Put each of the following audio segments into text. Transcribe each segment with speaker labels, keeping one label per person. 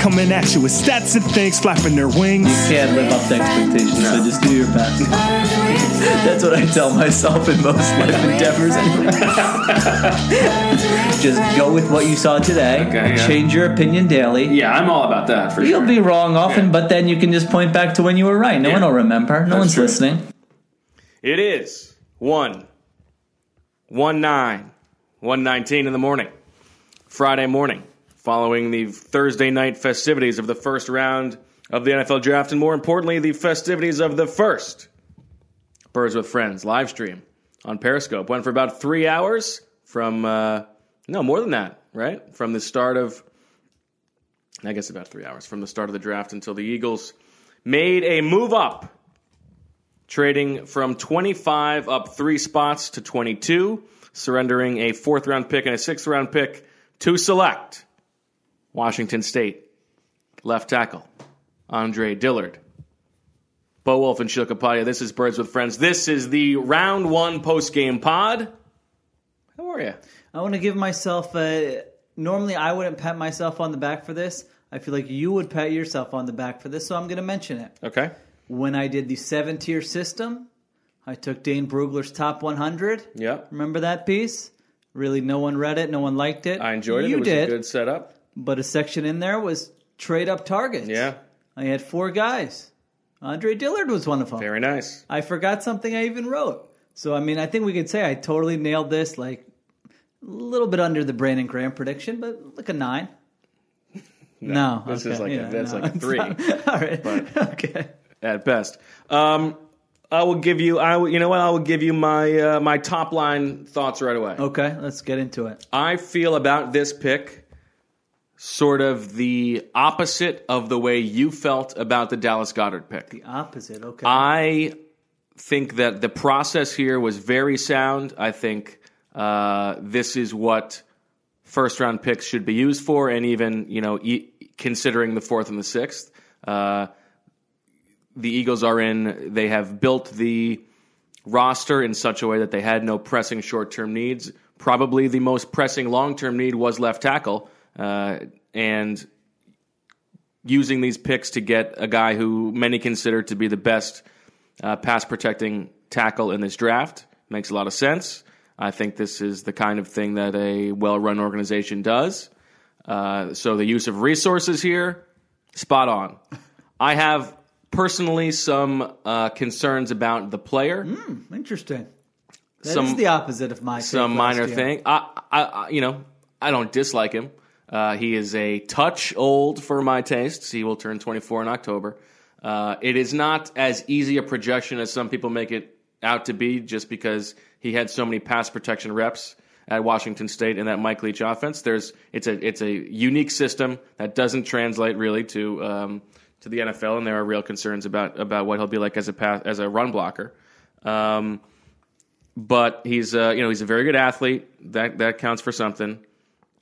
Speaker 1: coming at you with stats and things flapping their wings.
Speaker 2: can't live up to expectations, so just do your best.
Speaker 3: Birds with friends.
Speaker 2: That's what I tell myself in most life endeavors. Just go with what you saw today.
Speaker 4: Okay, yeah.
Speaker 2: Change your opinion daily.
Speaker 4: Yeah, I'm all about that for
Speaker 2: You'll
Speaker 4: sure.
Speaker 2: be wrong often,
Speaker 4: Yeah.
Speaker 2: but then you can just point back to when you were right. No
Speaker 4: Yeah.
Speaker 2: one will remember. No
Speaker 4: That's
Speaker 2: one's
Speaker 4: true.
Speaker 2: listening.
Speaker 5: It is one, one nine, one nineteen in the morning, Friday morning, following the Thursday night festivities of the first round of the NFL draft, and more importantly, the festivities of the first Birds with Friends live stream on Periscope. Went for about three hours from, uh, no, more than that, right? From the start of, I guess about three hours, from the start of the draft until the Eagles made a move up trading from 25 up three spots to 22, surrendering a fourth round pick and a sixth round pick to select Washington State left tackle Andre Dillard. Bo Wolf and Shilkapadia, this is Birds with Friends. This is the round one post game pod. How are you?
Speaker 6: I want to give myself a. Normally, I wouldn't pat myself on the back for this. I feel like you would pat yourself on the back for this, so I'm going to mention it.
Speaker 5: Okay.
Speaker 6: When I did the seven tier system, I took Dane Brugler's top 100.
Speaker 5: Yeah.
Speaker 6: Remember that piece? Really, no one read it, no one liked it.
Speaker 5: I enjoyed it.
Speaker 6: You
Speaker 5: it was
Speaker 6: did,
Speaker 5: a good setup.
Speaker 6: but a section in there was trade up targets.
Speaker 5: Yeah.
Speaker 6: I had four guys. Andre Dillard was one of them.
Speaker 5: Very nice.
Speaker 6: I forgot something I even wrote. So I mean, I think we could say I totally nailed this. Like a little bit under the Brandon Graham prediction, but like a nine. No,
Speaker 5: this
Speaker 6: okay,
Speaker 5: is like
Speaker 6: yeah,
Speaker 5: a, that's
Speaker 6: no.
Speaker 5: like a three.
Speaker 6: All right, okay.
Speaker 5: at best. Um, I will give you. I will, you know what? I will give you my uh, my top line thoughts right away.
Speaker 6: Okay, let's get into it.
Speaker 5: I feel about this pick sort of the opposite of the way you felt about the Dallas Goddard pick.
Speaker 6: The opposite. Okay.
Speaker 5: Uh, I think that the process here was very sound. I think uh, this is what first round picks should be used for, and even you know e- considering the fourth and the sixth, uh, the Eagles are in. They have built the roster in such a way that they had no pressing short term needs. Probably the most pressing long term need was left tackle, uh, and using these picks to get a guy who many consider to be the best uh, pass protecting tackle in this draft makes a lot of sense. I think this is the kind of thing that a well run organization does. Uh, so the use of resources here, spot on. I have personally some uh, concerns about the player,
Speaker 6: Interesting. That is
Speaker 5: some
Speaker 6: the opposite of my take
Speaker 5: some
Speaker 6: last
Speaker 5: minor
Speaker 6: year.
Speaker 5: thing. I, I, I, you know, I don't dislike him. Uh, he is a touch old for my tastes. He will turn 24 in October. Uh, it is not as easy a projection as some people make it out to be, just because he had so many pass protection reps at Washington State in that Mike Leach offense. There's it's a it's a unique system that doesn't translate really to um, to the NFL, and there are real concerns about about what he'll be like as a pass, as a run blocker. Um, but he's uh, you know he's a very good athlete. That that counts for something.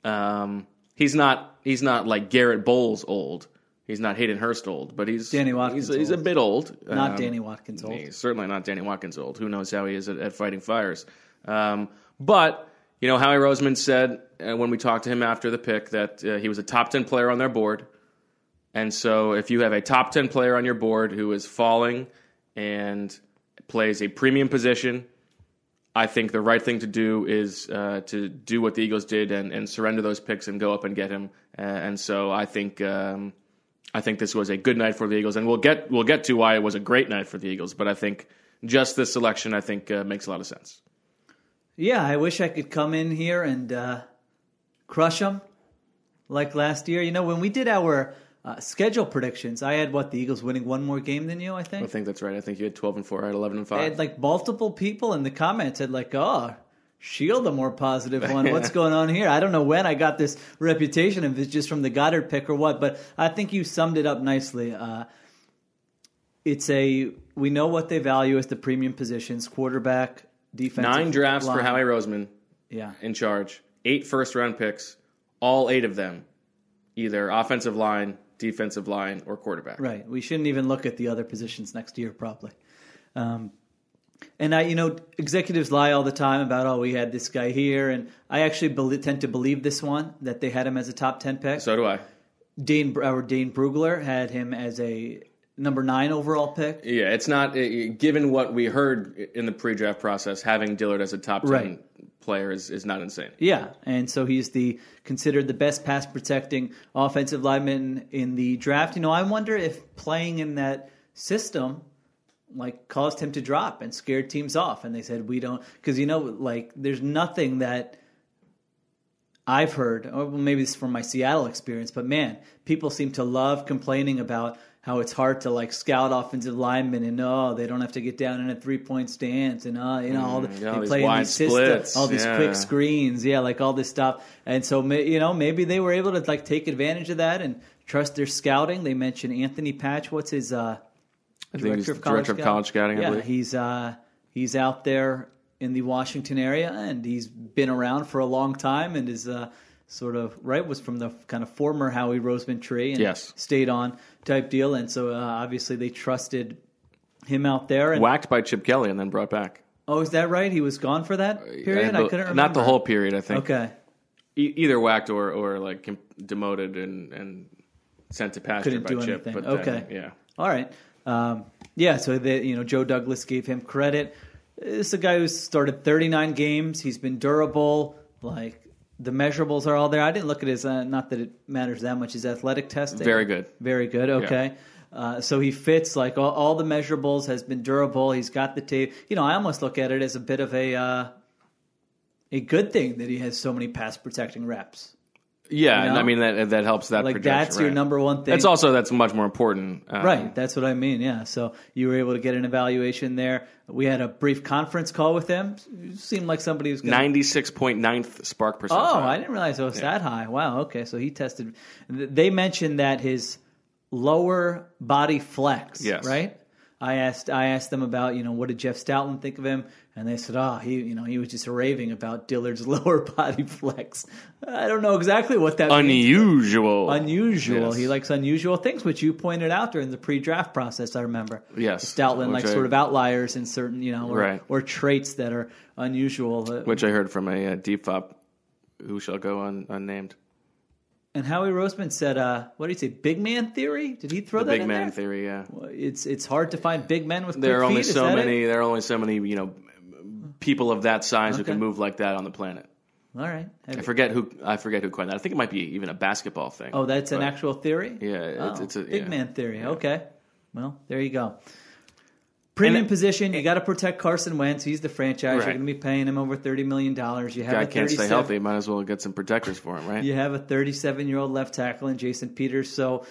Speaker 5: Um, he's not he's not like Garrett Bowles old. He's not Hayden Hurst old, but he's
Speaker 6: Danny Watkins
Speaker 5: He's, he's a
Speaker 6: old.
Speaker 5: bit old.
Speaker 6: Not
Speaker 5: Um,
Speaker 6: Danny Watkins old.
Speaker 5: He's certainly not Danny Watkins old. Who knows how he is at, at fighting fires? Um, but you know, Howie Roseman said uh, when we talked to him after the pick that uh, he was a top ten player on their board, and so if you have a top ten player on your board who is falling and plays a premium position, I think the right thing to do is uh, to do what the Eagles did and, and surrender those picks and go up and get him. Uh, and so I think. Um, I think this was a good night for the Eagles, and we'll get we'll get to why it was a great night for the Eagles. But I think just this selection, I think uh, makes a lot of sense.
Speaker 6: Yeah, I wish I could come in here and uh, crush them like last year. You know, when we did our uh, schedule predictions, I had what the Eagles winning one more game than you. I think.
Speaker 5: I think that's right. I think you had twelve and four, I had eleven and
Speaker 6: I
Speaker 5: five.
Speaker 6: had like multiple people in the comments had like, oh, Shield a more positive one. What's going on here? I don't know when I got this reputation, if it's just from the Goddard pick or what, but I think you summed it up nicely. Uh, it's a we know what they value as the premium positions: quarterback, defense.
Speaker 5: Nine drafts for Howie Roseman
Speaker 6: Yeah,
Speaker 5: in charge, eight first round picks, all eight of them, either offensive line, defensive line, or quarterback.
Speaker 6: Right. We shouldn't even look at the other positions next year, probably. Um, and I, you know, executives lie all the time about, oh, we had this guy here, and I actually believe, tend to believe this one that they had him as a top ten pick.
Speaker 5: So do I.
Speaker 6: Dane or Dane Brugler had him as a number nine overall pick.
Speaker 5: Yeah, it's not eh, given what we heard in the pre-draft process. Having Dillard as a top ten
Speaker 6: Right.
Speaker 5: player is, is not insane.
Speaker 6: Yeah, and so he's the considered the best pass protecting offensive lineman in the draft. You know, I wonder if playing in that system like caused him to drop and scared teams off and they said we don't cuz you know like there's nothing that I've heard or maybe it's from my Seattle experience, but man, people seem to love complaining about how it's hard to like scout offensive linemen and oh they don't have to get down in a three point stance and oh you know all the,
Speaker 5: Mm, yeah, all
Speaker 6: they
Speaker 5: these
Speaker 6: play in
Speaker 5: wide
Speaker 6: these systems
Speaker 5: splits,
Speaker 6: all these
Speaker 5: yeah.
Speaker 6: quick screens, yeah, like all this stuff. And so, ma- you know, maybe they were able to like take advantage of that and trust their scouting. They mentioned Anthony Patch. What's his uh,
Speaker 5: I think he's
Speaker 6: director,
Speaker 5: the
Speaker 6: of college,
Speaker 5: director of college scouting. I
Speaker 6: yeah,
Speaker 5: believe.
Speaker 6: he's uh, he's out there in the Washington area, and he's been around for a long time, and is uh, sort of right was from the kind of former Howie Roseman tree, and
Speaker 5: Yes.
Speaker 6: stayed on type deal. And so, uh, obviously, they trusted him out there. And,
Speaker 5: Whacked by Chip Kelly and then brought back.
Speaker 6: Oh, is that right? He was gone for that period. I,
Speaker 5: bel-
Speaker 6: couldn't remember.
Speaker 5: Uh, Not the whole period. I think.
Speaker 6: Okay.
Speaker 5: E- either whacked or or like com- demoted and and sent to pasture
Speaker 6: Couldn't
Speaker 5: by
Speaker 6: do
Speaker 5: Chip.
Speaker 6: anything.
Speaker 5: But then,
Speaker 6: Okay.
Speaker 5: yeah.
Speaker 6: All right. Um, yeah, so the, you know Joe Douglas gave him credit. This is a guy who's started 39 games. He's been durable. Like the measurables are all there. I didn't look at his. Uh, not that it matters that much. His athletic testing.
Speaker 5: Very good.
Speaker 6: Very good. Okay. Uh, so he fits like all, all the measurables. Has been durable. He's got the tape. You know, I almost look at it as a bit of a uh, a good thing that he has so many pass protecting reps.
Speaker 5: Yeah,
Speaker 6: You
Speaker 5: and
Speaker 6: know?
Speaker 5: I mean that that helps that.
Speaker 6: Like
Speaker 5: projection,
Speaker 6: that's your
Speaker 5: right.
Speaker 6: number one thing.
Speaker 5: That's also that's much more important. Um,
Speaker 6: Right, that's what I mean. Yeah, so you were able to get an evaluation there. We had a brief conference call with him. You seemed like somebody who's going. to
Speaker 5: 96.9th spark percentile.
Speaker 6: Oh, I didn't realize it was that high. Wow. Okay, so he tested. th- They mentioned that his lower body flex.
Speaker 5: Yes.
Speaker 6: Right. I asked. I asked them about you know what did Jeff Stoutland think of him, and they said, oh, he you know he was just raving about Dillard's lower body flex. I don't know exactly what that means
Speaker 5: unusual.
Speaker 6: unusual.
Speaker 5: Yes.
Speaker 6: He likes unusual things, which you pointed out during the pre-draft process. I remember.
Speaker 5: Yes.
Speaker 6: Stoutland
Speaker 5: Which
Speaker 6: likes
Speaker 5: I-
Speaker 6: sort of outliers in certain, you know, or,
Speaker 5: Right.
Speaker 6: or traits that are unusual. Uh,
Speaker 5: which I heard from a, uh defop who shall go un, unnamed.
Speaker 6: And Howie Roseman said, uh, "What did he say? Big man theory? Did he throw
Speaker 5: The
Speaker 6: that
Speaker 5: big
Speaker 6: in
Speaker 5: man
Speaker 6: there?
Speaker 5: theory. Yeah,
Speaker 6: It's it's hard to find big men with
Speaker 5: there are
Speaker 6: quick
Speaker 5: only
Speaker 6: feet. Is
Speaker 5: so
Speaker 6: that it?
Speaker 5: many. There are only so many you know people of that size who
Speaker 6: Okay.
Speaker 5: can move like that on the planet.
Speaker 6: All right.
Speaker 5: I forget who I forget who coined that. I think it might be even a basketball thing.
Speaker 6: oh, that's an
Speaker 5: But-
Speaker 6: actual theory.
Speaker 5: Yeah, it's,
Speaker 6: Oh,
Speaker 5: it's a
Speaker 6: big
Speaker 5: yeah.
Speaker 6: man theory. Okay. Well, there you go. Premium
Speaker 5: it-
Speaker 6: position. You got to protect Carson Wentz. He's the franchise. You're
Speaker 5: Right.
Speaker 6: going to be paying him over thirty million dollars. You have a
Speaker 5: Guy can't stay
Speaker 6: 37
Speaker 5: healthy. Might as well get some protectors for him, right?
Speaker 6: You have a 37 year old left tackle in Jason Peters. So,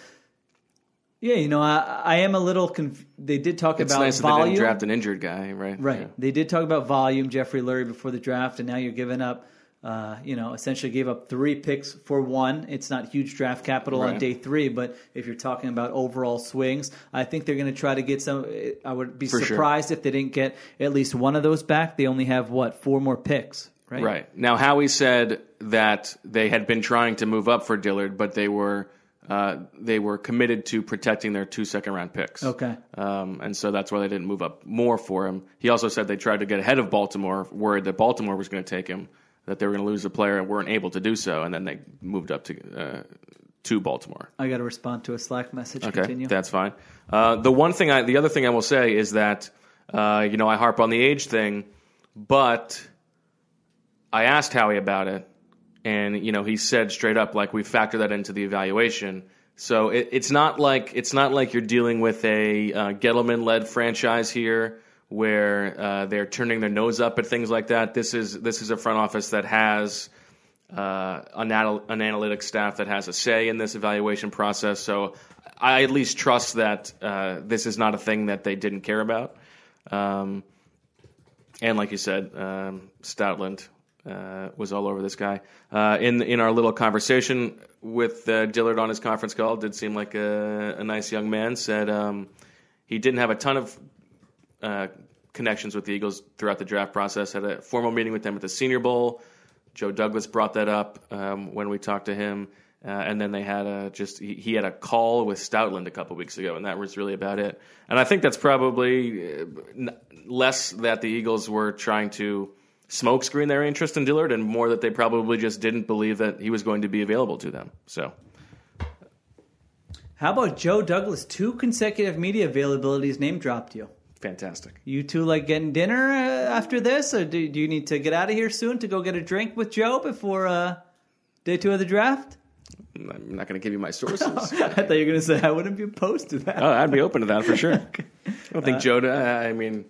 Speaker 6: yeah, you know, I, I am a little. Conf- they did talk
Speaker 5: It's
Speaker 6: about
Speaker 5: nice that they
Speaker 6: volume.
Speaker 5: didn't draft an injured guy, right?
Speaker 6: Right.
Speaker 5: Yeah.
Speaker 6: They did talk about volume, Jeffrey Lurie before the draft, and now you're giving up. Uh, you know, essentially gave up three picks for one. It's not huge draft capital on
Speaker 5: Right.
Speaker 6: day three, but if you're talking about overall swings, I think they're going to try to get some. I would be
Speaker 5: For sure.
Speaker 6: surprised if they didn't get at least one of those back. They only have what four more picks, right?
Speaker 5: Right. Now, Howie said that they had been trying to move up for Dillard, but they were uh, they were committed to protecting their two second round picks.
Speaker 6: Okay.
Speaker 5: Um, and so that's why they didn't move up more for him. He also said they tried to get ahead of Baltimore, worried that Baltimore was going to take him, that they were going to lose the player and weren't able to do so, and then they moved up to uh, to Baltimore.
Speaker 6: I got to respond to a Slack message.
Speaker 5: Okay,
Speaker 6: Continue.
Speaker 5: that's fine. Uh, the one thing I, the other thing I will say is that, uh, you know, I harp on the age thing, but I asked Howie about it, and you know, he said straight up, like we factor that into the evaluation. So it, it's not like it's not like you're dealing with a uh, Gettleman-led franchise here, where uh, they're turning their nose up at things like that. This is this is a front office that has uh, an, anal- an analytics staff that has a say in this evaluation process. So I at least trust that uh, this is not a thing that they didn't care about. Um, and like you said, um, Stoutland uh, was all over this guy. Uh, in in our little conversation with uh, Dillard on his conference call, did seem like a, a nice young man. Said um, he didn't have a ton of uh, connections with the Eagles throughout the draft process. Had a formal meeting with them at the Senior Bowl. Joe Douglas brought that up um, when we talked to him, uh, and then they had a just he, he had a call with Stoutland a couple weeks ago, and that was really about it. And I think that's probably uh, n- less that the Eagles were trying to smokescreen their interest in Dillard, and more that they probably just didn't believe that he was going to be available to them. So
Speaker 6: How about Joe Douglas? Two consecutive media availabilities name dropped you.
Speaker 5: fantastic.
Speaker 6: You two like getting dinner uh, after this, or do, do you need to get out of here soon to go get a drink with Joe before uh, day two of the draft?
Speaker 5: I'm not going to give you my sources.
Speaker 6: I thought you were going to say I wouldn't be opposed to that.
Speaker 5: Oh, I'd be open to that for sure. I don't think Joe. Uh, I mean,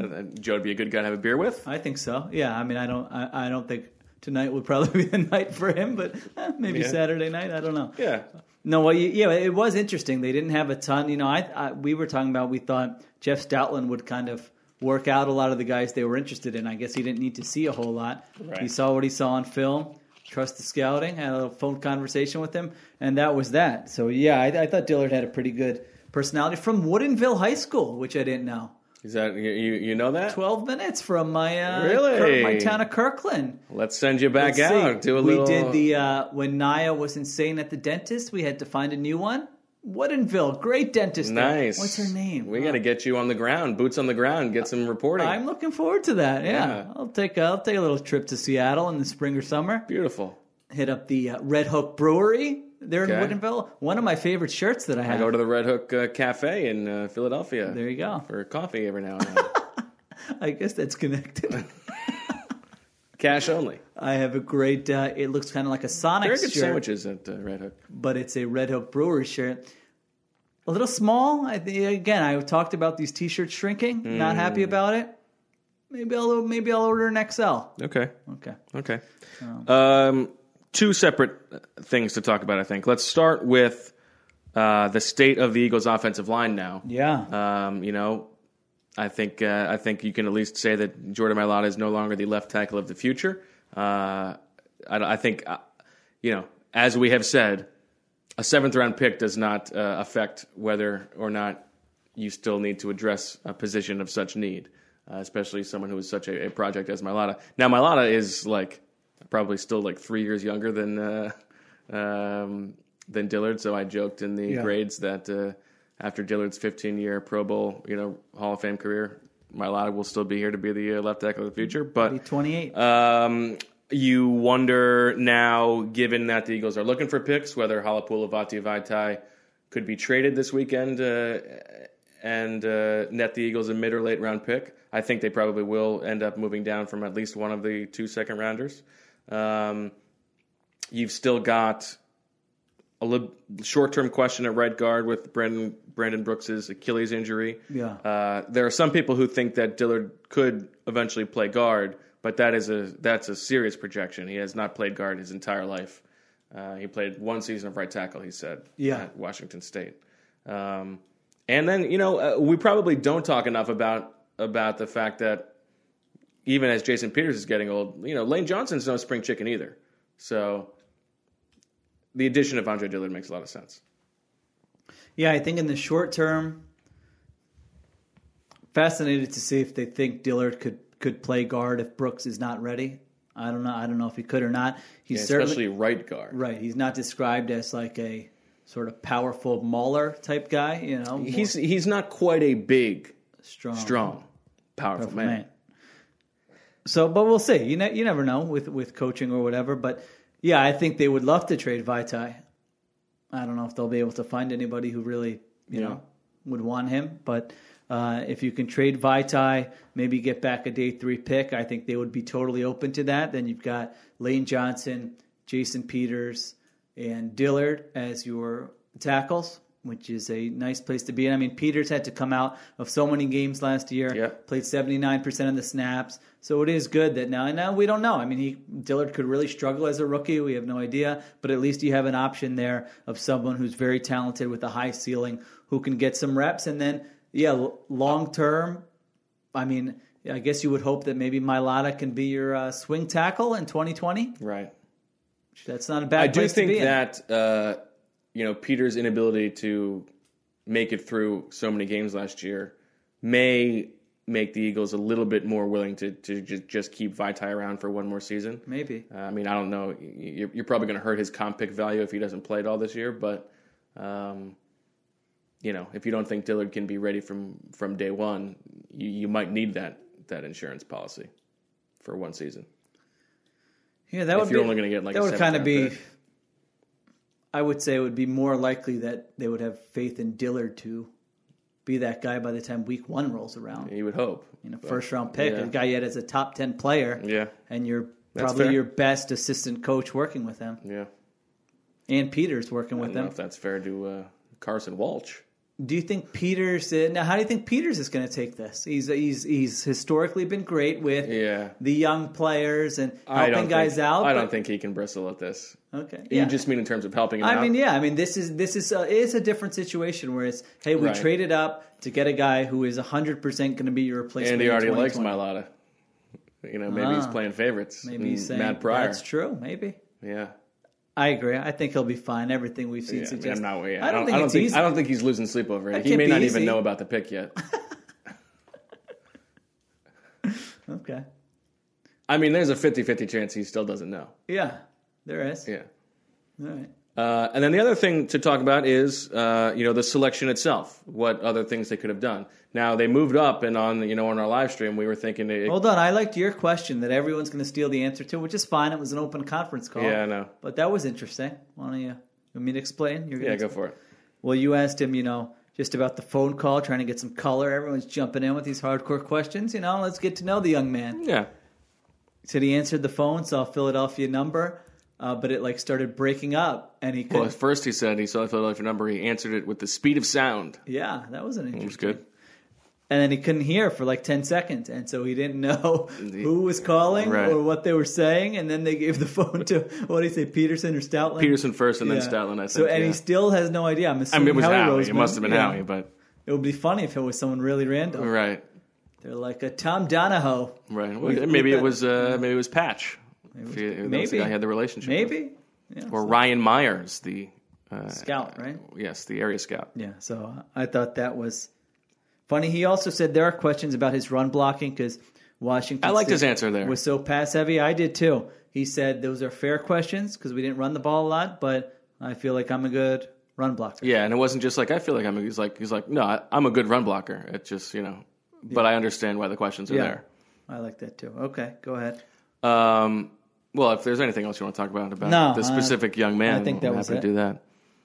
Speaker 5: uh, Joe would be a good guy to have a beer with.
Speaker 6: I think so. Yeah, I mean, I don't, I, I don't think tonight would probably be the night for him, but eh, maybe
Speaker 5: Yeah.
Speaker 6: Saturday night. I don't know.
Speaker 5: Yeah,
Speaker 6: No, well, you, yeah, it was interesting. They didn't have a ton. You know, I, I we were talking about we thought Jeff Stoutland would kind of work out a lot of the guys they were interested in. I guess he didn't need to see a whole lot.
Speaker 5: Right.
Speaker 6: He saw what he saw on film. Trust the scouting. Had a little phone conversation with him, and that was that. So yeah, I, I thought Dillard had a pretty good personality from Woodinville High School, which I didn't know.
Speaker 5: is that you? You you know that?
Speaker 6: 12 minutes from my uh,
Speaker 5: Really?
Speaker 6: Kirk- my town of Kirkland.
Speaker 5: Let's send you back
Speaker 6: Let's see.
Speaker 5: out. Do a
Speaker 6: we
Speaker 5: little.
Speaker 6: did the uh, when Naya was insane at the dentist. We had to find a new one. Woodinville, great dentist. there.
Speaker 5: nice.
Speaker 6: What's her name? Uh,
Speaker 5: We got to get you on the ground, boots on the ground, get some reporting.
Speaker 6: I'm looking forward to that. Yeah,
Speaker 5: Yeah.
Speaker 6: I'll take a, I'll take a little trip to Seattle in the spring or summer.
Speaker 5: Beautiful.
Speaker 6: Hit up the uh, Red Hook Brewery there in
Speaker 5: Okay.
Speaker 6: Woodinville. One of my favorite shirts that I
Speaker 5: I
Speaker 6: have.
Speaker 5: go to the Red Hook uh, Cafe in uh, Philadelphia.
Speaker 6: there you go.
Speaker 5: for coffee every now and then.
Speaker 6: I guess that's connected.
Speaker 5: Cash only.
Speaker 6: I have a great. Uh, it looks kind of like a Sonic
Speaker 5: Very good
Speaker 6: shirt.
Speaker 5: sandwiches at uh, Red Hook.
Speaker 6: but it's a Red Hook Brewery shirt. A little small. I think again, I talked about these T-shirts shrinking. Not
Speaker 5: Mm.
Speaker 6: happy about it. Maybe I'll maybe I'll order an XL.
Speaker 5: Okay.
Speaker 6: Okay.
Speaker 5: Okay. Um, two separate things to talk about, I think. Let's start with uh, the state of the Eagles' offensive line now.
Speaker 6: Yeah.
Speaker 5: Um, you know, I think uh, I think you can at least say that Jordan Mailata is no longer the left tackle of the future. Uh, I, I think, uh, you know, as we have said, a seventh round pick does not uh, affect whether or not you still need to address a position of such need, uh, especially someone who is such a, a project as Mailata. Now, Mailata is like probably still like three years younger than uh, um, than Dillard. So I joked in the grades that uh, after Dillard's 15 year Pro Bowl, you know, Hall of Fame career, Mailata will still be here to be the uh, left tackle of the future. But
Speaker 6: Be 28.
Speaker 5: um, you wonder now, given that the Eagles are looking for picks, whether Halapula Vati Vaitai could be traded this weekend uh, and uh, net the Eagles a mid or late round pick. I think they probably will end up moving down from at least one of the two second rounders. Um, you've still got a lib- short-term question at right guard with Brandon Brandon Brooks's Achilles injury.
Speaker 6: Yeah.
Speaker 5: Uh, there are some people who think that Dillard could eventually play guard, but that is a that's a serious projection. He has not played guard his entire life. Uh, he played one season of right tackle. He said,
Speaker 6: Yeah.
Speaker 5: at Washington State. Um, and then you know uh, we probably don't talk enough about about the fact that even as Jason Peters is getting old, you know, Lane Johnson's no spring chicken either. So the addition of Andre Dillard makes a lot of sense.
Speaker 6: yeah, I think in the short term, fascinated to see if they think Dillard could could play guard if Brooks is not ready. I don't know. I don't know if he could or not. He's certainly
Speaker 5: Especially right guard.
Speaker 6: right. He's not described as like a sort of powerful mauler type guy. You know, more
Speaker 5: He's he's not quite a big,
Speaker 6: strong.
Speaker 5: strong, powerful, man.
Speaker 6: man. So, but we'll see. You ne- you never know with with coaching or whatever. But yeah, I think they would love to trade Vitae. I don't know if they'll be able to find anybody who really you
Speaker 5: Yeah.
Speaker 6: know would want him. But uh, if you can trade Vitae, maybe get back a day three pick. I think they would be totally open to that. Then you've got Lane Johnson, Jason Peters, and Dillard as your tackles. Which is a nice place to be. And I mean, Peters had to come out of so many games last year
Speaker 5: Yeah.
Speaker 6: played 79% of the snaps. So it is good that now, and now we don't know. I mean, he Dillard could really struggle as a rookie. We have no idea, but at least you have an option there of someone who's very talented with a high ceiling who can get some reps. And then, yeah, long term, I mean, I guess you would hope that maybe Milata can be your uh, swing tackle in 2020.
Speaker 5: Right.
Speaker 6: That's not a bad
Speaker 5: I do
Speaker 6: place to
Speaker 5: think
Speaker 6: be in.
Speaker 5: that uh, you know Peter's inability to make it through so many games last year may make the Eagles a little bit more willing to to just, just keep Vitae around for one more season.
Speaker 6: Maybe.
Speaker 5: Uh, I mean, I don't know. Y- You're, you're probably going to hurt his comp pick value if he doesn't play at all this year. But um, you know, if you don't think Dillard can be ready from from day one, you, you might need that that insurance policy for one season.
Speaker 6: Yeah, that would
Speaker 5: you're
Speaker 6: be,
Speaker 5: only gonna get, like,
Speaker 6: that
Speaker 5: a
Speaker 6: would
Speaker 5: seventh
Speaker 6: kind of
Speaker 5: round
Speaker 6: be.
Speaker 5: pick.
Speaker 6: I would say it would be more likely that they would have faith in Dillard to be that guy by the time Week One rolls around.
Speaker 5: You would hope.
Speaker 6: You know, first round pick,
Speaker 5: yeah.
Speaker 6: a guy yet as a top ten player,
Speaker 5: Yeah.
Speaker 6: and you're
Speaker 5: That's
Speaker 6: probably
Speaker 5: fair.
Speaker 6: your best assistant coach working with him,
Speaker 5: Yeah.
Speaker 6: and Peters working
Speaker 5: I
Speaker 6: with
Speaker 5: don't know
Speaker 6: him.
Speaker 5: if that's fair to uh, Carson Walsh.
Speaker 6: Do you think Peters? Now, how do you think Peters is going to take this? He's he's he's historically been great with
Speaker 5: Yeah.
Speaker 6: the young players and
Speaker 5: I
Speaker 6: helping
Speaker 5: don't
Speaker 6: guys
Speaker 5: think,
Speaker 6: out.
Speaker 5: I don't
Speaker 6: but-
Speaker 5: think he can bristle at this.
Speaker 6: Okay,
Speaker 5: You just mean in terms of helping him
Speaker 6: I
Speaker 5: out?
Speaker 6: mean, yeah. I mean, this is this is a, it's a different situation where it's hey, we
Speaker 5: Right.
Speaker 6: traded up to get a guy who is hundred percent going to be your replacement.
Speaker 5: And he
Speaker 6: in
Speaker 5: already likes
Speaker 6: 2020.
Speaker 5: Milata. You know, maybe he's
Speaker 6: Ah.
Speaker 5: playing favorites.
Speaker 6: Maybe he's
Speaker 5: Mm,
Speaker 6: saying
Speaker 5: Matt Pryor.
Speaker 6: That's true. Maybe
Speaker 5: Yeah.
Speaker 6: I agree. I think he'll be fine. Everything we've seen
Speaker 5: Yeah, I mean,
Speaker 6: suggests.
Speaker 5: I'm not. Yeah,
Speaker 6: I don't think it's easy.
Speaker 5: I don't think he's losing sleep over it.
Speaker 6: That
Speaker 5: He
Speaker 6: can't
Speaker 5: may
Speaker 6: be
Speaker 5: not
Speaker 6: easy.
Speaker 5: even know about the pick yet.
Speaker 6: Okay.
Speaker 5: I mean, there's a 50-50 chance he still doesn't know.
Speaker 6: Yeah, there is.
Speaker 5: Yeah.
Speaker 6: All right.
Speaker 5: Uh, and then the other thing to talk about is, uh, you know, the selection itself. What other things they could have done? Now they moved up, and on you know on our live stream, we were thinking, it,
Speaker 6: Hold on. I liked your question that everyone's going to steal the answer to, which is fine. It was an open conference call.
Speaker 5: yeah, I know.
Speaker 6: But that was interesting. Why don't you? you want me to explain? You're gonna
Speaker 5: Yeah,
Speaker 6: explain?
Speaker 5: go for it.
Speaker 6: Well, you asked him, you know, just about the phone call, trying to get some color. Everyone's jumping in with these hardcore questions. You know, let's get to know the young man.
Speaker 5: Yeah.
Speaker 6: He said he answered the phone, saw a Philadelphia number, uh, but it like started breaking up, and he
Speaker 5: Well,
Speaker 6: couldn't.
Speaker 5: at first he said he saw the Philadelphia number. He answered it with the speed of sound,
Speaker 6: yeah, that was an
Speaker 5: which was
Speaker 6: interesting.
Speaker 5: good.
Speaker 6: And then he couldn't hear for like ten seconds, and so he didn't know who was calling
Speaker 5: Right.
Speaker 6: or what they were saying. And then they gave the phone to what do you say, Peterson or Stoutland?
Speaker 5: Peterson first, and
Speaker 6: Yeah.
Speaker 5: then Stoutland. I think.
Speaker 6: So, and
Speaker 5: yeah.
Speaker 6: he still has no idea. I'm
Speaker 5: I
Speaker 6: assuming
Speaker 5: mean, it was
Speaker 6: Howie
Speaker 5: Howie. It
Speaker 6: Roseman.
Speaker 5: must have been
Speaker 6: Yeah.
Speaker 5: Howie, but
Speaker 6: It would be funny if it was someone really random.
Speaker 5: right,
Speaker 6: They're like a Tom Donahoe.
Speaker 5: right. Well, maybe
Speaker 6: we-
Speaker 5: it was uh, maybe it was Patch. If he, that was the
Speaker 6: maybe.
Speaker 5: guy he had the relationship. with.
Speaker 6: Maybe. Yeah,
Speaker 5: or
Speaker 6: so-
Speaker 5: Ryan Myers, the uh,
Speaker 6: Scout, right?
Speaker 5: Yes, the area scout.
Speaker 6: Yeah. So uh, I thought that was funny. He also said there are questions about his run blocking because Washington.
Speaker 5: I liked
Speaker 6: State
Speaker 5: his answer there.
Speaker 6: Was so pass heavy. I did too. He said those are fair questions because we didn't run the ball a lot, but I feel like I'm a good run blocker.
Speaker 5: Yeah, and it wasn't just like I feel like I'm. He's like he's like no, I, I'm a good run blocker. It's just you know, but I understand why the questions are
Speaker 6: Yeah. I like that too. Okay, go ahead.
Speaker 5: there. Um, well, if there's anything else you want to talk about about
Speaker 6: No,
Speaker 5: the
Speaker 6: uh,
Speaker 5: specific young man,
Speaker 6: I think
Speaker 5: we're
Speaker 6: that was
Speaker 5: happy
Speaker 6: it.
Speaker 5: to do that.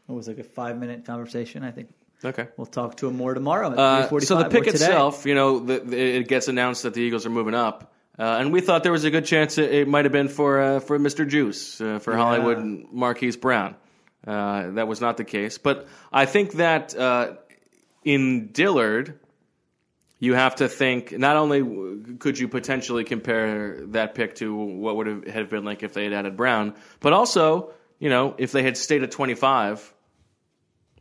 Speaker 6: It was like a five minute conversation. I think
Speaker 5: Okay.
Speaker 6: we'll talk to him more tomorrow at
Speaker 5: Uh,
Speaker 6: 3:45
Speaker 5: so the
Speaker 6: or
Speaker 5: pick
Speaker 6: today.
Speaker 5: itself, you know, the, the, it gets announced that the Eagles are moving up, uh, and we thought there was a good chance it, it might have been for uh, for Mr. Juice uh, for Hollywood and Marquise Brown. Uh, that was not the case, but I think that uh, in Dillard, you have to think not only w- could you potentially compare that pick to what would have have been like if they had added Brown, but also you know if they had stayed at twenty five.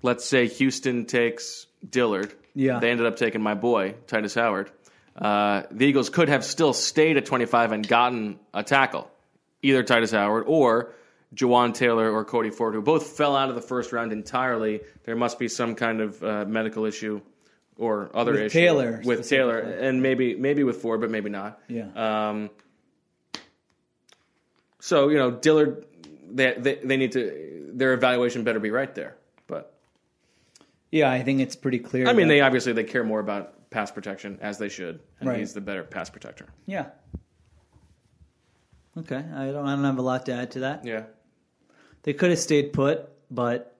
Speaker 5: Let's say Houston takes Dillard.
Speaker 6: Yeah.
Speaker 5: they ended up taking my boy Titus Howard. Uh, the Eagles could have still stayed at twenty five and gotten a tackle, either Titus Howard or Jawan Taylor or Cody Ford, who both fell out of the first round entirely. There must be some kind of uh, medical issue or other
Speaker 6: With
Speaker 5: issue
Speaker 6: Taylor,
Speaker 5: with Taylor, and maybe maybe with Ford, but maybe not.
Speaker 6: Yeah.
Speaker 5: Um, so you know Dillard, they, they they need to their evaluation better be right there. But
Speaker 6: yeah, I think it's pretty clear.
Speaker 5: I mean,
Speaker 6: that-
Speaker 5: they obviously they care more about pass protection as they should, and
Speaker 6: Right.
Speaker 5: he's the better pass protector.
Speaker 6: Yeah. Okay, I don't. I don't have a lot to add to that.
Speaker 5: Yeah.
Speaker 6: They could have stayed put, but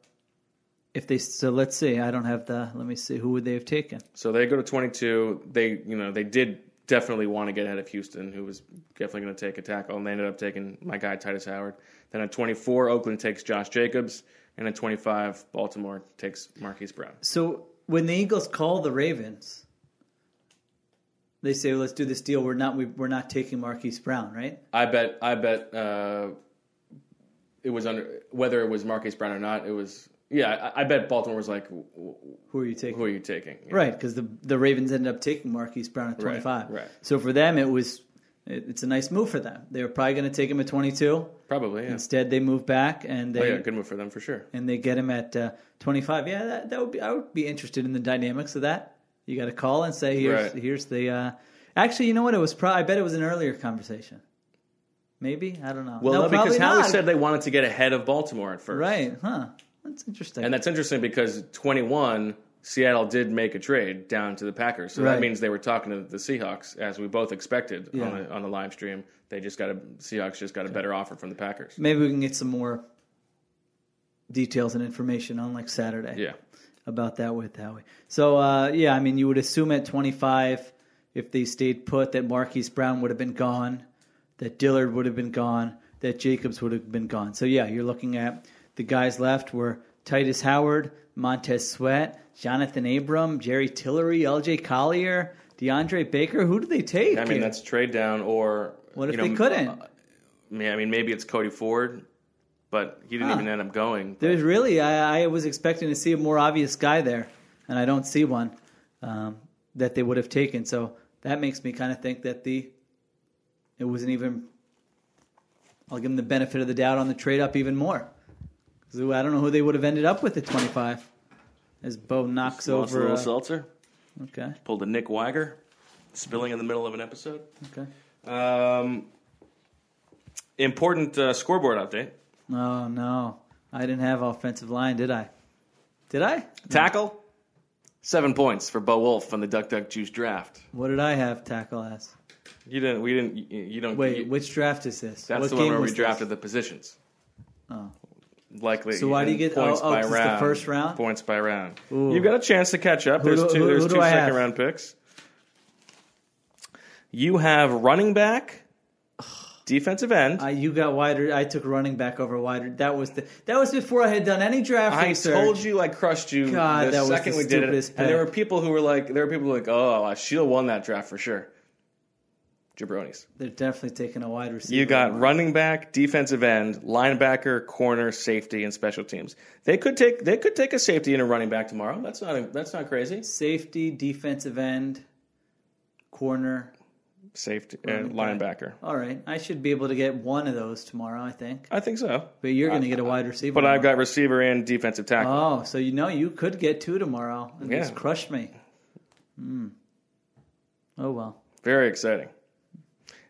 Speaker 6: if they so let's see. I don't have the. Let me see. Who would they have taken?
Speaker 5: So they go to twenty two. They you know they did definitely want to get ahead of Houston, who was definitely going to take a tackle, and they ended up taking my guy Titus Howard. Then at twenty four, Oakland takes Josh Jacobs, and at twenty five, Baltimore takes Marquise Brown.
Speaker 6: So when the Eagles call the Ravens, they say, "Let's do this deal. We're not. We, we're not taking Marquise Brown, right?
Speaker 5: I bet. I bet. Uh, it was under whether it was Marquise Brown or not. It was yeah, I, I bet Baltimore was like, "W- w-
Speaker 6: Who are you taking?
Speaker 5: "Who are you taking?" Yeah.
Speaker 6: Right, because the the Ravens ended up taking Marquise Brown at twenty five.
Speaker 5: right.
Speaker 6: So for them, it was it, it's a nice move for them. They were probably going to take him at twenty two.
Speaker 5: Probably, yeah.
Speaker 6: Instead, they move back and
Speaker 5: Oh,
Speaker 6: they
Speaker 5: yeah, good move for them for sure.
Speaker 6: and they get him at uh, twenty five. Yeah, that, that would be I would be interested in the dynamics of that. You got to call and say here's
Speaker 5: Right.
Speaker 6: here's the. Uh, actually, you know what? It was pro- I bet it was an earlier conversation. Maybe I don't know.
Speaker 5: Well, no, because
Speaker 6: probably
Speaker 5: Howie
Speaker 6: not.
Speaker 5: said they wanted to get ahead of Baltimore at first,
Speaker 6: right, huh? That's interesting.
Speaker 5: And that's interesting because 21 Seattle did make a trade down to the Packers, so that
Speaker 6: Right.
Speaker 5: means they were talking to the Seahawks as we both expected
Speaker 6: Yeah.
Speaker 5: on, the, on the live stream. They just got a Seahawks just got a better offer from the Packers.
Speaker 6: Maybe we can get some more details and information on like Saturday.
Speaker 5: Yeah,
Speaker 6: about that with Howie. So uh, yeah, I mean, you would assume at 25, if they stayed put, that Marquise Brown would have been gone, that Dillard would have been gone, that Jacobs would have been gone. So yeah, you're looking at the guys left were Titus Howard, Montez Sweat, Jonathan Abram, Jerry Tillery, L.J. Collier, DeAndre Baker. Who do they take?
Speaker 5: I mean
Speaker 6: here?
Speaker 5: that's trade down or
Speaker 6: what if
Speaker 5: you know, uh,
Speaker 6: they couldn't?
Speaker 5: Yeah, I mean maybe it's Cody Ford, but he didn't
Speaker 6: Huh.
Speaker 5: even end up going.
Speaker 6: There's really, I, I was expecting to see a more obvious guy there, and I don't see one um, that they would have taken. So that makes me kind of think that the it wasn't even. I'll give them the benefit of the doubt on the trade up even more. 'Cause I don't know who they would have ended up with at 25. As Bo knocks
Speaker 5: Lost a
Speaker 6: over.
Speaker 5: little
Speaker 6: uh,
Speaker 5: seltzer,
Speaker 6: okay,
Speaker 5: pulled a Nick Weiger, spilling in the middle of an episode.
Speaker 6: okay.
Speaker 5: Um, important uh, scoreboard update.
Speaker 6: Oh no, I didn't have offensive line, did I? Did I?
Speaker 5: Tackle, seven points for Bo Wolf on the Duck Duck Juice draft.
Speaker 6: What did I have tackle as?
Speaker 5: You didn't. We didn't. You, you don't.
Speaker 6: Wait,
Speaker 5: you-
Speaker 6: which draft is this?
Speaker 5: that's
Speaker 6: what
Speaker 5: the one
Speaker 6: game
Speaker 5: where we
Speaker 6: was this?
Speaker 5: drafted the positions.
Speaker 6: Oh.
Speaker 5: Likely.
Speaker 6: So why do you
Speaker 5: even
Speaker 6: get- oh,
Speaker 5: points
Speaker 6: oh, 'cause
Speaker 5: by
Speaker 6: it's the
Speaker 5: round?
Speaker 6: first round?
Speaker 5: Points by round.
Speaker 6: Ooh.
Speaker 5: You've got a chance to catch up.
Speaker 6: Who
Speaker 5: There's
Speaker 6: do-
Speaker 5: two.
Speaker 6: who-
Speaker 5: There's
Speaker 6: who do
Speaker 5: two
Speaker 6: I have?
Speaker 5: second round picks. You have running back, defensive end.
Speaker 6: I, you got wider. I took running back over wider. That was the that was before I had done any draft
Speaker 5: I
Speaker 6: research.
Speaker 5: told you I crushed you
Speaker 6: God,
Speaker 5: the
Speaker 6: that was
Speaker 5: second
Speaker 6: the
Speaker 5: we did it.
Speaker 6: stupidest
Speaker 5: And there
Speaker 6: pick.
Speaker 5: were people who were like, there were people who were like, oh, Sheila won that draft for sure. Jabronis.
Speaker 6: They're definitely taking a wide receiver.
Speaker 5: You got running back, defensive end, linebacker, corner, safety, and special teams. They could take they could take a safety and a running back tomorrow. That's not that's not crazy.
Speaker 6: safety, defensive end, corner.
Speaker 5: Safety and
Speaker 6: Running
Speaker 5: linebacker.
Speaker 6: All right, I should be able to get one of those tomorrow. I think,
Speaker 5: I think so.
Speaker 6: but you're going to get a wide receiver.
Speaker 5: But I've got receiver and defensive tackle.
Speaker 6: Oh, so you know you could get two tomorrow and
Speaker 5: Yeah.
Speaker 6: just crush me. Hmm. Oh well.
Speaker 5: Very exciting.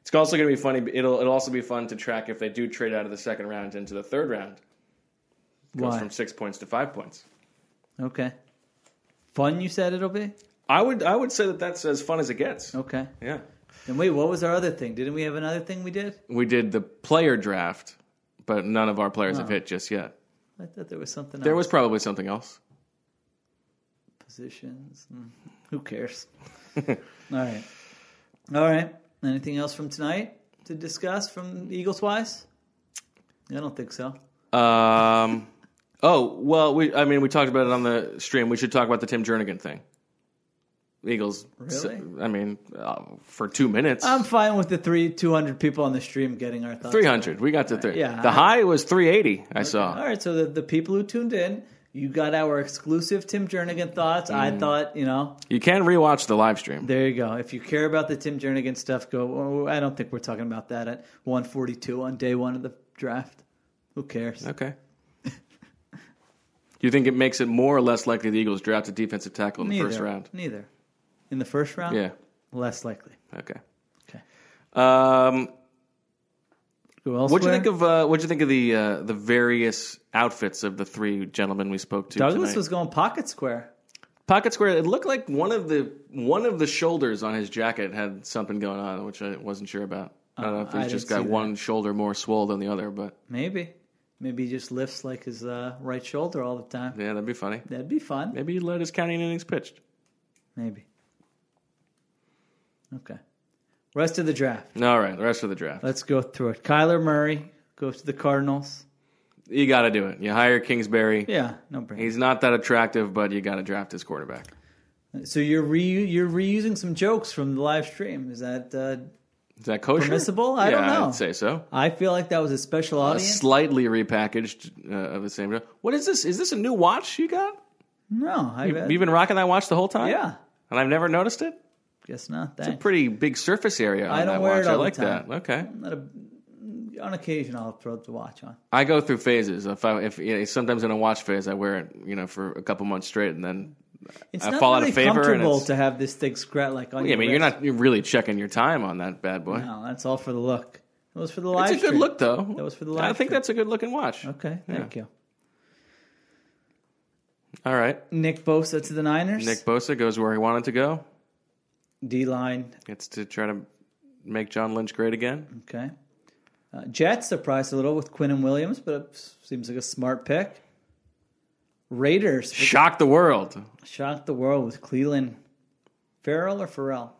Speaker 5: It's also going to be funny. It'll it'll also be fun to track if they do trade out of the second round into the third round. goes
Speaker 6: Why?
Speaker 5: from six points to five points.
Speaker 6: okay. Fun, you said it'll be.
Speaker 5: I would I would say that that's as fun as it gets.
Speaker 6: Okay.
Speaker 5: Yeah,
Speaker 6: And wait, what was our other thing? Didn't we have another thing we did?
Speaker 5: we did the player draft, but none of our
Speaker 6: Oh.
Speaker 5: players have hit just yet.
Speaker 6: I thought there was something.
Speaker 5: There
Speaker 6: else.
Speaker 5: was probably something else.
Speaker 6: positions. Mm, Who cares? All right. All right. Anything else from tonight to discuss from Eagles wise? I don't think so.
Speaker 5: Um, oh well, we I mean we talked about it on the stream. We should talk about the Tim Jernigan thing. Eagles.
Speaker 6: Really? Um,
Speaker 5: I mean, uh, for two minutes.
Speaker 6: I'm fine with the three 200 people on the stream getting our thoughts.
Speaker 5: 300. We got to three.
Speaker 6: Yeah,
Speaker 5: the
Speaker 6: I-
Speaker 5: high was 380. I
Speaker 6: All
Speaker 5: saw.
Speaker 6: right. So the, the people who tuned in, you got our exclusive Tim Jernigan thoughts.
Speaker 5: Mm.
Speaker 6: I thought, you know,
Speaker 5: You can rewatch the live stream.
Speaker 6: there you go. If you care about the Tim Jernigan stuff, go. Oh, I don't think we're talking about that at 142 on day one of the draft. Who cares?
Speaker 5: Okay. Do you think it makes it more or less likely the Eagles draft a defensive tackle in the
Speaker 6: Neither.
Speaker 5: first round?
Speaker 6: Neither. In the first round?
Speaker 5: Yeah.
Speaker 6: Less likely.
Speaker 5: Okay.
Speaker 6: Okay.
Speaker 5: Um,
Speaker 6: Who else?
Speaker 5: what'd you think of uh, what'd you think of the uh, the various outfits of the three gentlemen we spoke to?
Speaker 6: Douglas
Speaker 5: tonight?
Speaker 6: was going pocket square.
Speaker 5: pocket square. It looked like one of the one of the shoulders on his jacket had something going on, which I wasn't sure about. I don't know if
Speaker 6: Uh, I
Speaker 5: he's just
Speaker 6: didn't
Speaker 5: got
Speaker 6: see that.
Speaker 5: one shoulder more swole than the other, but
Speaker 6: Maybe. Maybe he just lifts like his uh, right shoulder all the time.
Speaker 5: yeah, that'd be funny.
Speaker 6: That'd be fun.
Speaker 5: Maybe he led his counting innings pitched.
Speaker 6: Maybe. Okay. Rest of the draft.
Speaker 5: All right, the rest of the draft.
Speaker 6: Let's go through it. Kyler Murray goes to the Cardinals.
Speaker 5: You got to do it. You hire Kingsbury.
Speaker 6: Yeah, no brainer.
Speaker 5: He's not that attractive, but you got to draft his quarterback.
Speaker 6: So you're re- you're reusing some jokes from the live stream. Is that uh,
Speaker 5: Is that kosher?
Speaker 6: Permissible? I
Speaker 5: yeah,
Speaker 6: don't know.
Speaker 5: I'd say so.
Speaker 6: I feel like that was a special
Speaker 5: A
Speaker 6: audience.
Speaker 5: slightly repackaged uh, of the same. What is this? Is this a new watch you got?
Speaker 6: no, I bet.
Speaker 5: You've been rocking that watch the whole time?
Speaker 6: Uh, yeah,
Speaker 5: And I've never noticed it?
Speaker 6: guess not.
Speaker 5: It's a
Speaker 6: Thanks.
Speaker 5: pretty big surface area on
Speaker 6: I don't
Speaker 5: that
Speaker 6: wear it
Speaker 5: watch. I
Speaker 6: all the
Speaker 5: like
Speaker 6: time.
Speaker 5: that. Okay.
Speaker 6: Not a- on occasion, I'll throw the watch on.
Speaker 5: I go through phases. If I if yeah, sometimes in a watch phase I wear it, you know, for a couple months straight and then
Speaker 6: It's
Speaker 5: I
Speaker 6: not
Speaker 5: fall out
Speaker 6: really
Speaker 5: of favor and
Speaker 6: comfortable
Speaker 5: it's-
Speaker 6: to have this thing scratch like on.
Speaker 5: Yeah,
Speaker 6: your
Speaker 5: I mean, you're
Speaker 6: wrist.
Speaker 5: not you're really checking your time on that bad boy.
Speaker 6: No, that's all for the look. That was for the live.
Speaker 5: It's a good
Speaker 6: stream.
Speaker 5: look though.
Speaker 6: That was for the
Speaker 5: I
Speaker 6: live
Speaker 5: think
Speaker 6: stream.
Speaker 5: that's a good looking watch.
Speaker 6: Okay, thank you.
Speaker 5: All right.
Speaker 6: Nick Bosa to the Niners.
Speaker 5: Nick Bosa goes where he wanted to go.
Speaker 6: D line.
Speaker 5: Gets to try to make John Lynch great again.
Speaker 6: Okay. Uh, Jets surprised a little with Quinn and Williams, but it seems like a smart pick. Raiders
Speaker 5: Shock the world.
Speaker 6: shocked the world with Cleveland. Farrell or Farrell?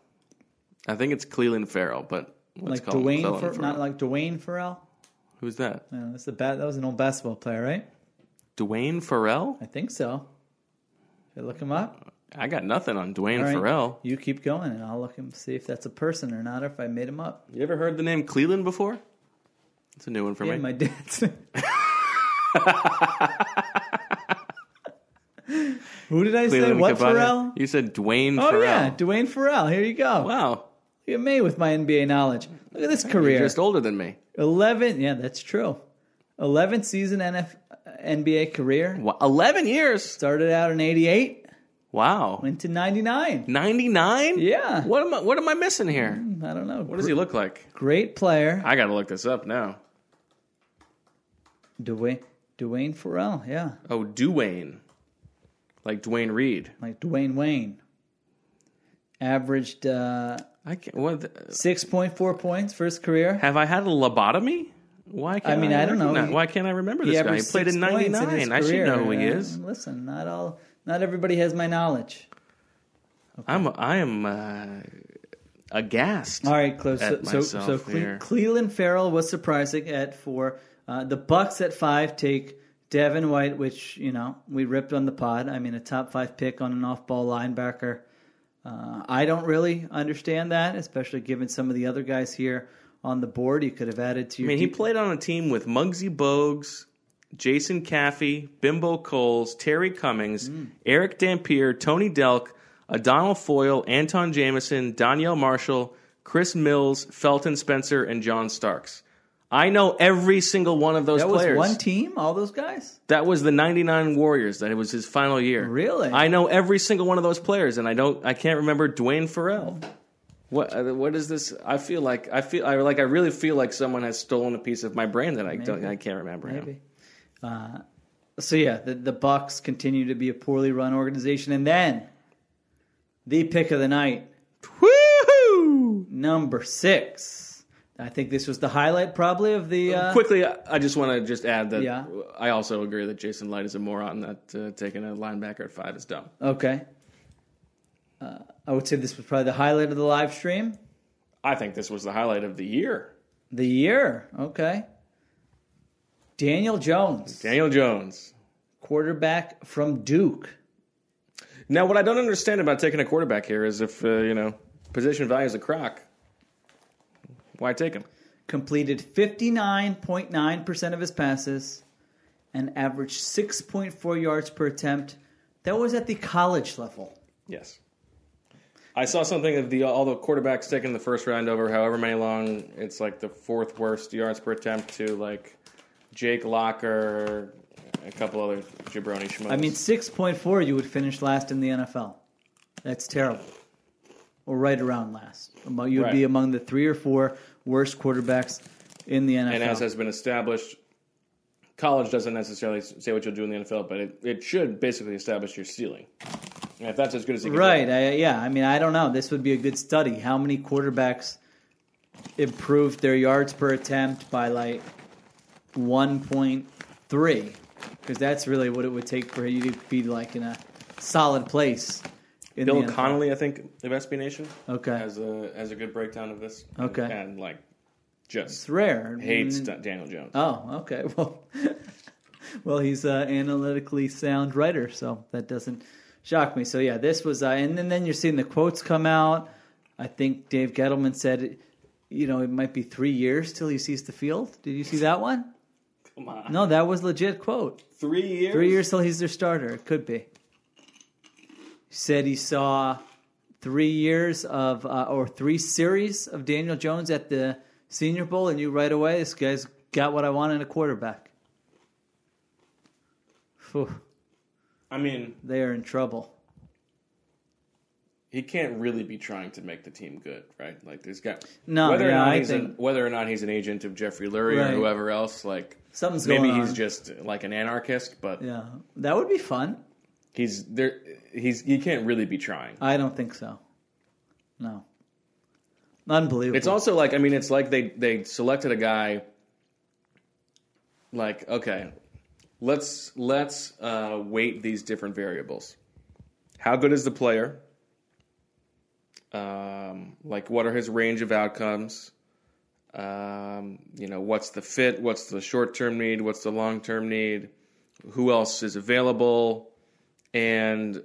Speaker 5: I think it's Cleveland Farrell, but let's
Speaker 6: like
Speaker 5: call him
Speaker 6: Dwayne,
Speaker 5: Cleland
Speaker 6: Fer-
Speaker 5: Farrell.
Speaker 6: not like Dwayne Farrell.
Speaker 5: Who's that?
Speaker 6: No, that's the bat. That was an old basketball player, right?
Speaker 5: Dwayne Farrell?
Speaker 6: I think so. Should I look him up?
Speaker 5: I got nothing on Dwayne
Speaker 6: All right.
Speaker 5: Farrell.
Speaker 6: You keep going, and I'll look him see if that's a person or not, or if I made him up.
Speaker 5: You ever heard the name Cleveland before? It's a new one for
Speaker 6: Yeah,
Speaker 5: me.
Speaker 6: my dad's. Who did I say?
Speaker 5: Cleveland
Speaker 6: What
Speaker 5: Cavani.
Speaker 6: Farrell?
Speaker 5: You said Dwayne
Speaker 6: Oh
Speaker 5: Farrell.
Speaker 6: yeah, Dwayne Farrell. Here you go.
Speaker 5: Wow.
Speaker 6: Look at me with my NBA knowledge. Look at this
Speaker 5: You're
Speaker 6: career.
Speaker 5: just older than me.
Speaker 6: 11 yeah that's true 11 season uh, NF, nba career
Speaker 5: Wow. 11 years.
Speaker 6: started out in 88
Speaker 5: Wow.
Speaker 6: went to 99
Speaker 5: 99?
Speaker 6: Yeah. Mm.
Speaker 5: What am I what am I missing here?
Speaker 6: i don't know
Speaker 5: What does he look like?
Speaker 6: great player
Speaker 5: I got to look this up now.
Speaker 6: dwayne dwayne farrell yeah
Speaker 5: Oh, Dwayne. Like Dwayne Reed.
Speaker 6: like dwayne wayne averaged uh,
Speaker 5: I can't, what the-
Speaker 6: 6.4 points for his career
Speaker 5: have I had a lobotomy? Why can't I
Speaker 6: mean, I don't know.
Speaker 5: recognize-
Speaker 6: He-
Speaker 5: why can't I remember this guy? He
Speaker 6: averaged
Speaker 5: played
Speaker 6: six
Speaker 5: in
Speaker 6: points his
Speaker 5: 99. I should
Speaker 6: career,
Speaker 5: know who he
Speaker 6: man.
Speaker 5: is.
Speaker 6: listen not all not everybody has my knowledge
Speaker 5: I'm I am uh, aghast.
Speaker 6: All right, close. So,
Speaker 5: at
Speaker 6: so, so
Speaker 5: myself
Speaker 6: Cle-
Speaker 5: here.
Speaker 6: Cleveland Farrell was surprising at four. Uh, the Bucks at five take Devin White, which you know we ripped on the pod. I mean, a top five pick on an off-ball linebacker. Uh, I don't really understand that, especially given some of the other guys here on the board. You could have added to
Speaker 5: I
Speaker 6: your.
Speaker 5: mean, he
Speaker 6: deep-
Speaker 5: played on a team with Muggsy Bogues, Jason Caffey, Bimbo Coles, Terry Cummings,
Speaker 6: Mm.
Speaker 5: Eric Dampier, Tony Delk, Adonal Foyle, Anton Jamison, Danielle Marshall, Chris Mills, Felton Spencer, and John Starks. I know every single one of those
Speaker 6: that was
Speaker 5: players.
Speaker 6: one team. All those guys.
Speaker 5: that was the 99 Warriors. That it was his final year.
Speaker 6: Really?
Speaker 5: I know every single one of those players, and I don't. I can't remember Dwayne Farrell. What? uh, What is this? I feel like I feel. I like. I really feel like someone has stolen a piece of my brain that I don't. I can't remember him.
Speaker 6: Maybe. Uh, so yeah, the, the Bucks continue to be a poorly run organization, and then the pick of the night.
Speaker 5: Woohoo!
Speaker 6: number six. I think this was the highlight, probably, of the. Uh,
Speaker 5: Quickly, I I just want to just add that
Speaker 6: Yeah.
Speaker 5: I also agree that Jason Light is a moron. That uh, taking a linebacker at five is dumb.
Speaker 6: Okay. Uh, I would say this was probably the highlight of the live stream.
Speaker 5: I think this was the highlight of the year.
Speaker 6: The year. Okay. Daniel Jones,
Speaker 5: Daniel Jones.
Speaker 6: quarterback from Duke.
Speaker 5: Now, what I don't understand about taking a quarterback here is if uh, you know position value is a crock, why take him?
Speaker 6: completed 59.9% of his passes and averaged 6.4 yards per attempt. That was at the college level.
Speaker 5: Yes, I saw something of the all the quarterbacks taking the first round over however many long. It's like the fourth worst yards per attempt to like Jake Locker, a couple other jabroni schmucks.
Speaker 6: I mean, 6.4, you would finish last in the NFL. That's terrible. Or right around last. Amo- You'd be
Speaker 5: Right.
Speaker 6: among the three or four worst quarterbacks in the NFL.
Speaker 5: and as has been established. College doesn't necessarily say what you'll do in the NFL, but it, it should basically establish your ceiling. And if that's as good as it can
Speaker 6: right.
Speaker 5: get,
Speaker 6: I, yeah. I mean, I don't know. This would be a good study. How many quarterbacks improved their yards per attempt by like 1.3? Because that's really what it would take for you to be like in a solid place. In
Speaker 5: Bill
Speaker 6: the NFL.
Speaker 5: Connolly, I think, of SB Nation.
Speaker 6: Okay.
Speaker 5: Has a has a good breakdown of this.
Speaker 6: Okay.
Speaker 5: And, and, like just
Speaker 6: It's rare.
Speaker 5: hates Da- Daniel Jones.
Speaker 6: Oh, okay. Well, well, he's an analytically sound writer, so that doesn't shock me. So yeah, this was, uh, and then, then you're seeing the quotes come out. I think Dave Gettleman said you know, it might be three years till he sees the field. Did you see that one?
Speaker 5: Come on.
Speaker 6: No, that was legit quote.
Speaker 5: Three years.
Speaker 6: Three years till he's their starter. It could be. Said he saw three years of uh, or three series of Daniel Jones at the Senior Bowl, and you right away, this guy's got what I want in a quarterback. Phew,
Speaker 5: I mean,
Speaker 6: they are in trouble.
Speaker 5: he can't really be trying to make the team good, right? Like, there's got
Speaker 6: No,
Speaker 5: whether or
Speaker 6: yeah,
Speaker 5: not
Speaker 6: I
Speaker 5: he's an-
Speaker 6: think-
Speaker 5: whether or not he's an agent of Jeffrey Lurie
Speaker 6: Right.
Speaker 5: or whoever else. Like,
Speaker 6: Something's
Speaker 5: maybe
Speaker 6: going
Speaker 5: he's
Speaker 6: on.
Speaker 5: just like an anarchist, but
Speaker 6: Yeah, that would be fun.
Speaker 5: he's there. He's he can't really be trying.
Speaker 6: I don't think so. No, unbelievable.
Speaker 5: It's also like I mean, it's like they they selected a guy. Like okay, let's let's uh, weight these different variables. How good is the player? Um, like what are his range of outcomes? Um, you know, what's the fit? What's the short term need? What's the long term need? Who else is available? And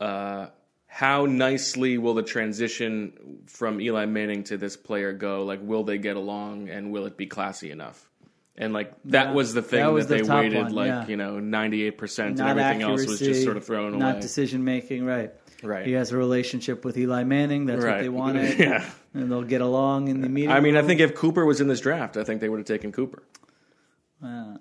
Speaker 5: uh, how nicely will the transition from Eli Manning to this player go? Like, will they get along and will it be classy enough? And like that
Speaker 6: Yeah.
Speaker 5: was the thing
Speaker 6: That
Speaker 5: that,
Speaker 6: was the
Speaker 5: they
Speaker 6: top
Speaker 5: waited
Speaker 6: one,
Speaker 5: like
Speaker 6: yeah.
Speaker 5: you know ninety eight percent and
Speaker 6: not
Speaker 5: everything
Speaker 6: accuracy,
Speaker 5: else was just sort of thrown
Speaker 6: not
Speaker 5: away.
Speaker 6: decision making. Right.
Speaker 5: Right.
Speaker 6: He has a relationship with Eli Manning. That's
Speaker 5: right.
Speaker 6: what they wanted.
Speaker 5: yeah.
Speaker 6: and they'll get along in the meeting.
Speaker 5: I mean, I think if Cooper was in this draft, I think they would have taken Cooper.
Speaker 6: Uh,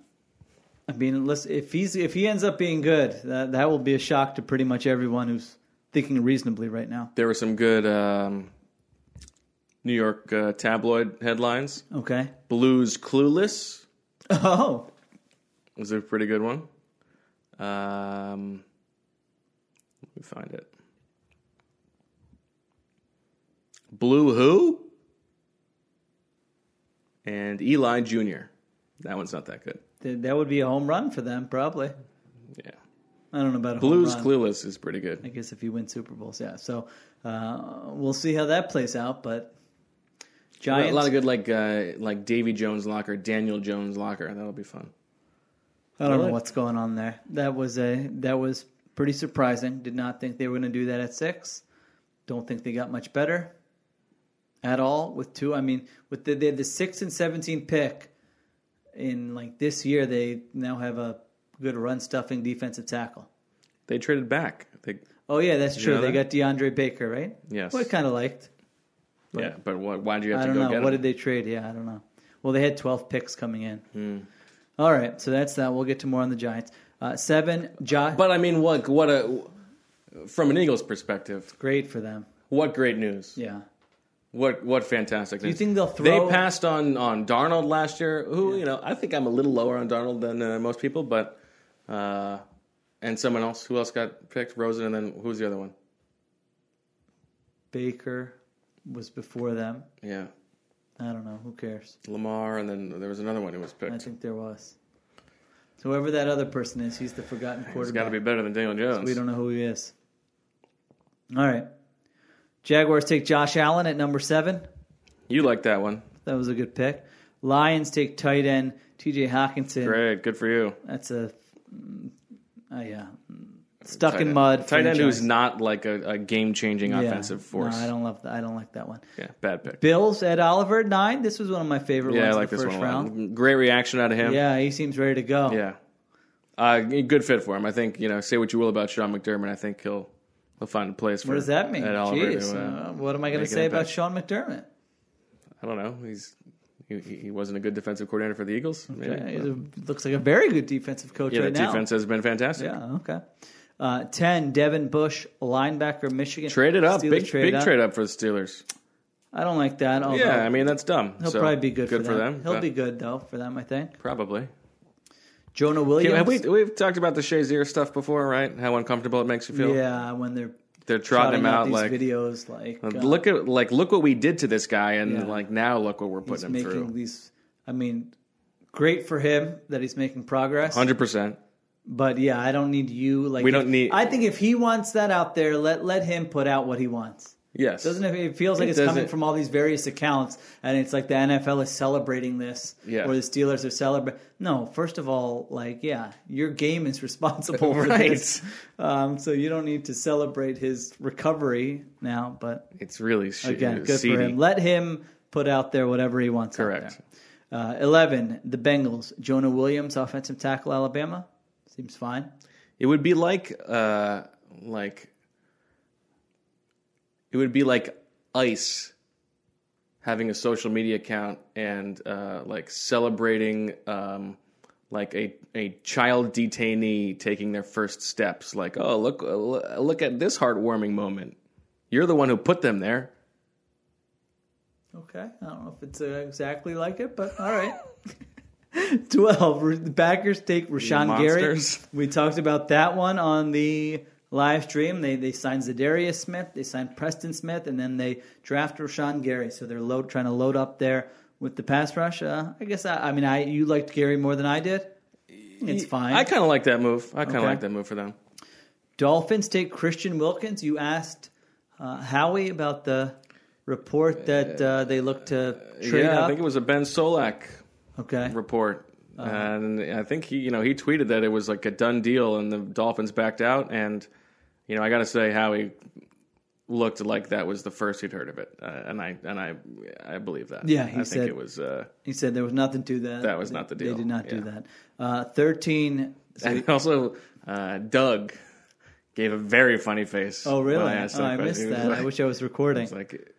Speaker 6: I mean, unless if he's if he ends up being good, that that will be a shock to pretty much everyone who's thinking reasonably right now.
Speaker 5: There were some good um, New York uh, tabloid headlines.
Speaker 6: Okay.
Speaker 5: Blues clueless
Speaker 6: Oh,
Speaker 5: was a pretty good one. Um, let me find it. Blue who? And Eli Jr. That one's not that good.
Speaker 6: th- that would be a home run for them, probably.
Speaker 5: Yeah.
Speaker 6: I don't know about a
Speaker 5: Blues
Speaker 6: home run.
Speaker 5: Clueless is pretty
Speaker 6: I
Speaker 5: good.
Speaker 6: guess if you win Super Bowls, yeah. So uh, we'll see how that plays out, but.
Speaker 5: A
Speaker 6: Giants.
Speaker 5: lot of good like uh, like Davy Jones locker, Daniel Jones locker. That'll be fun.
Speaker 6: I don't know
Speaker 5: Really?
Speaker 6: what's going on there. That was a that was pretty surprising. Did not think they were going to do that at six. Don't think they got much better at all with two. I mean, with the they had the six and seventeen pick in like this year, they now have a good run stuffing defensive tackle.
Speaker 5: They traded back. They,
Speaker 6: Oh yeah, that's
Speaker 5: you
Speaker 6: true.
Speaker 5: know
Speaker 6: they
Speaker 5: that?
Speaker 6: got DeAndre Baker, right?
Speaker 5: Yes.
Speaker 6: Well, I kind of liked.
Speaker 5: yeah, but why, why did you have
Speaker 6: I
Speaker 5: to
Speaker 6: don't
Speaker 5: go
Speaker 6: know.
Speaker 5: get
Speaker 6: What did
Speaker 5: him?
Speaker 6: they trade? Yeah, I don't know. Well, they had 12 picks coming in.
Speaker 5: Hmm.
Speaker 6: All right, so that's that. We'll get to more on the Giants. Uh, seven, Josh.
Speaker 5: But I mean, what what a from an Eagles perspective,
Speaker 6: Great for them.
Speaker 5: what great news!
Speaker 6: Yeah.
Speaker 5: What what fantastic! Do
Speaker 6: you think they'll throw-
Speaker 5: They passed on on Darnold last year. Who you know? I think I'm a little lower on Darnold than uh, most people, but uh, and someone else who else got picked Rosen, and then who's the other one?
Speaker 6: Baker was before them.
Speaker 5: Yeah,
Speaker 6: I don't know. Who cares?
Speaker 5: Lamar, and then there was another one who was
Speaker 6: I
Speaker 5: picked.
Speaker 6: think there was. So whoever that other person is, he's the forgotten
Speaker 5: It's got to
Speaker 6: quarterback.
Speaker 5: be better than Daniel Jones.
Speaker 6: we don't know who he is. All right. Jaguars take Josh Allen at number seven.
Speaker 5: You like that one,
Speaker 6: That was a good pick. Lions take tight end TJ Hawkinson.
Speaker 5: great, good for you.
Speaker 6: That's a. Uh, yeah. Stuck
Speaker 5: Tight
Speaker 6: in
Speaker 5: end.
Speaker 6: mud.
Speaker 5: Tight end
Speaker 6: franchise.
Speaker 5: who's not like a, a game changing
Speaker 6: Yeah.
Speaker 5: offensive force.
Speaker 6: No, I don't love that. I don't like that one.
Speaker 5: Yeah, bad pick.
Speaker 6: Bills at Oliver nine. This was one of my favorite
Speaker 5: yeah, I
Speaker 6: ones.
Speaker 5: like
Speaker 6: in
Speaker 5: this
Speaker 6: the first
Speaker 5: one a
Speaker 6: round.
Speaker 5: lot. Great reaction out of him.
Speaker 6: Yeah, he seems ready to go.
Speaker 5: Yeah. Uh, good fit for him. I think, you know, say what you will about Sean McDermott. I think he'll he'll find a place for
Speaker 6: What does that mean?
Speaker 5: At Oliver
Speaker 6: Jeez,
Speaker 5: to,
Speaker 6: uh,
Speaker 5: uh,
Speaker 6: what am I going to
Speaker 5: make an
Speaker 6: say about
Speaker 5: impact.
Speaker 6: Sean McDermott?
Speaker 5: I don't know. He's he, he he wasn't a good defensive coordinator for the Eagles. Maybe.
Speaker 6: Yeah, he
Speaker 5: but-
Speaker 6: looks like a very good defensive coach
Speaker 5: yeah, the
Speaker 6: right now.
Speaker 5: defense has been fantastic.
Speaker 6: Yeah, okay. Uh, Ten, Devin Bush, linebacker, Michigan.
Speaker 5: Traded up,
Speaker 6: Steelers
Speaker 5: big
Speaker 6: trade
Speaker 5: big
Speaker 6: up.
Speaker 5: trade up for the Steelers.
Speaker 6: I don't like that. Although
Speaker 5: yeah, I mean that's dumb.
Speaker 6: he'll
Speaker 5: So,
Speaker 6: probably be good,
Speaker 5: for them.
Speaker 6: He'll
Speaker 5: but
Speaker 6: be good though for them, I think.
Speaker 5: probably.
Speaker 6: Jonah
Speaker 5: Yeah,
Speaker 6: Williams.
Speaker 5: have we we've talked about the Shazier stuff before, right? How uncomfortable it makes you feel.
Speaker 6: yeah, when they're
Speaker 5: they're trotting him out
Speaker 6: these
Speaker 5: like
Speaker 6: videos, like uh,
Speaker 5: look at like look what we did to this guy, and
Speaker 6: Yeah.
Speaker 5: like now look what we're
Speaker 6: he's
Speaker 5: putting him
Speaker 6: making
Speaker 5: through.
Speaker 6: these. I mean, great for him that he's making progress.
Speaker 5: Hundred percent.
Speaker 6: But yeah, I don't need you. Like
Speaker 5: We
Speaker 6: if-
Speaker 5: don't need-
Speaker 6: I think if he wants that out there, let let him put out what he wants.
Speaker 5: Yes.
Speaker 6: Doesn't it? It feels like
Speaker 5: It
Speaker 6: it's coming
Speaker 5: doesn't-
Speaker 6: from all these various accounts, and it's like the NFL is celebrating this,
Speaker 5: Yeah.
Speaker 6: or the Steelers are celebrating. No, first of all, like yeah, your game is responsible for
Speaker 5: Right.
Speaker 6: this, um, so you don't need to celebrate his recovery now. But
Speaker 5: It's really shit.
Speaker 6: again,
Speaker 5: It's
Speaker 6: good
Speaker 5: seedy.
Speaker 6: for him. Let him put out there whatever he wants. out
Speaker 5: Correct.
Speaker 6: there. Uh, Eleven, the Bengals. Jonah Williams, offensive tackle, Alabama, seems fine.
Speaker 5: It would be like uh like it would be like ice having a social media account and uh like celebrating um like a a child detainee taking their first steps like oh look look at this heartwarming moment you're the one who put them there
Speaker 6: Okay, I don't know if it's uh, exactly like it, but all right. Twelve. Ra- The Packers take Rashawn Gary.
Speaker 5: monsters.
Speaker 6: We talked about that one on the live stream. They they signed Zadarius Smith, they signed Preston Smith, and then they draft Rashawn Gary. So they're load trying to load up there with the pass rush. Uh, I guess I, I mean I you liked Gary more than I did. It's fine.
Speaker 5: I kind of like that move I kind of
Speaker 6: Okay.
Speaker 5: like that move for them
Speaker 6: Dolphins take Christian Wilkins. You asked uh, Howie about the report that uh, they look to trade
Speaker 5: yeah
Speaker 6: up.
Speaker 5: I think it was a Ben Solak
Speaker 6: okay.
Speaker 5: report.
Speaker 6: Uh-huh.
Speaker 5: And I think he, you know, he tweeted that it was like a done deal, and the Dolphins backed out. And you know, I got to say, Howie looked like that was the first he'd heard of it, uh, and I and I I believe that.
Speaker 6: Yeah,
Speaker 5: I
Speaker 6: he
Speaker 5: think
Speaker 6: said-
Speaker 5: it was. Uh,
Speaker 6: He said there was nothing to that.
Speaker 5: That was not the deal.
Speaker 6: They did not do
Speaker 5: Yeah.
Speaker 6: that. Uh, Thirteen.
Speaker 5: and also, uh, Doug gave a very funny face.
Speaker 6: Oh really?
Speaker 5: when I, asked
Speaker 6: oh, I missed that. I wish I was recording.
Speaker 5: It's like,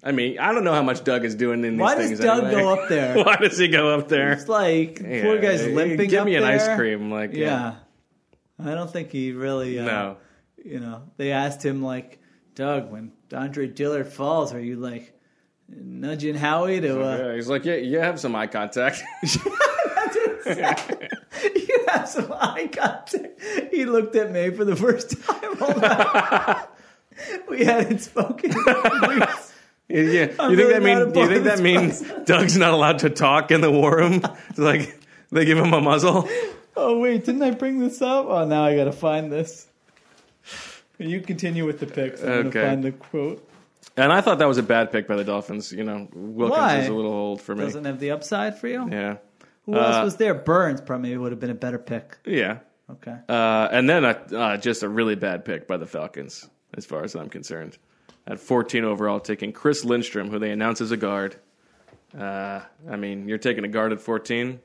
Speaker 5: I mean, I don't know how much Doug is doing in these
Speaker 6: Why does
Speaker 5: things.
Speaker 6: Doug
Speaker 5: anyway.
Speaker 6: go up there?
Speaker 5: Why does he go up there?
Speaker 6: It's like poor
Speaker 5: Yeah,
Speaker 6: guy's
Speaker 5: yeah,
Speaker 6: limping.
Speaker 5: Give
Speaker 6: up
Speaker 5: me an ice
Speaker 6: there.
Speaker 5: cream, like
Speaker 6: Yeah. I don't think he really. Uh,
Speaker 5: No.
Speaker 6: You know, they asked him like, Doug, when Andre Dillard falls, are you like nudging Howie to? Uh,
Speaker 5: Yeah, he's like, yeah, you have some eye contact.
Speaker 6: you have some eye contact. He looked at me for the first time. Hold on. we hadn't spoken. in weeks.
Speaker 5: Yeah, yeah.
Speaker 6: I'm
Speaker 5: you
Speaker 6: really
Speaker 5: think
Speaker 6: not a
Speaker 5: that mean? Do you
Speaker 6: part
Speaker 5: think
Speaker 6: of
Speaker 5: that
Speaker 6: this
Speaker 5: means Doug's not allowed to talk in the war room? It's like they give him a muzzle.
Speaker 6: Oh wait, didn't I bring this up? Oh, now I gotta find this. You continue with the picks. I'm
Speaker 5: Okay.
Speaker 6: gonna find the quote.
Speaker 5: And I thought that was a bad pick by the Dolphins. You know, Wilkins
Speaker 6: Why?
Speaker 5: is a little old for me.
Speaker 6: Doesn't have the upside for you.
Speaker 5: yeah,
Speaker 6: Who
Speaker 5: Uh,
Speaker 6: else was there? Burns probably would have been a better pick.
Speaker 5: yeah.
Speaker 6: Okay.
Speaker 5: Uh, and then a, uh, just a really bad pick by the Falcons, as far as I'm concerned. At 14 overall, taking Chris Lindstrom, who they announce as a guard. Uh, I mean, you're taking a guard at 14.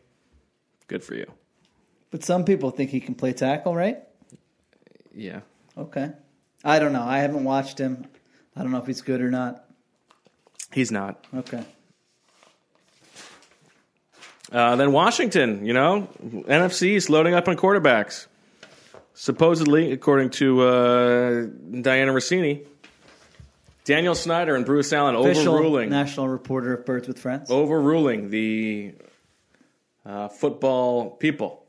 Speaker 5: Good for you.
Speaker 6: But some people think he can play tackle, right?
Speaker 5: Yeah.
Speaker 6: Okay. I don't know. I haven't watched him. I don't know if he's good or not.
Speaker 5: He's not.
Speaker 6: Okay.
Speaker 5: Uh, then Washington, you know, NFC is loading up on quarterbacks. Supposedly, according to uh, Diana Rossini, Daniel Snyder and Bruce Allen
Speaker 6: Official
Speaker 5: overruling Oh.
Speaker 6: national reporter of Birds with Friends.
Speaker 5: overruling the uh, football people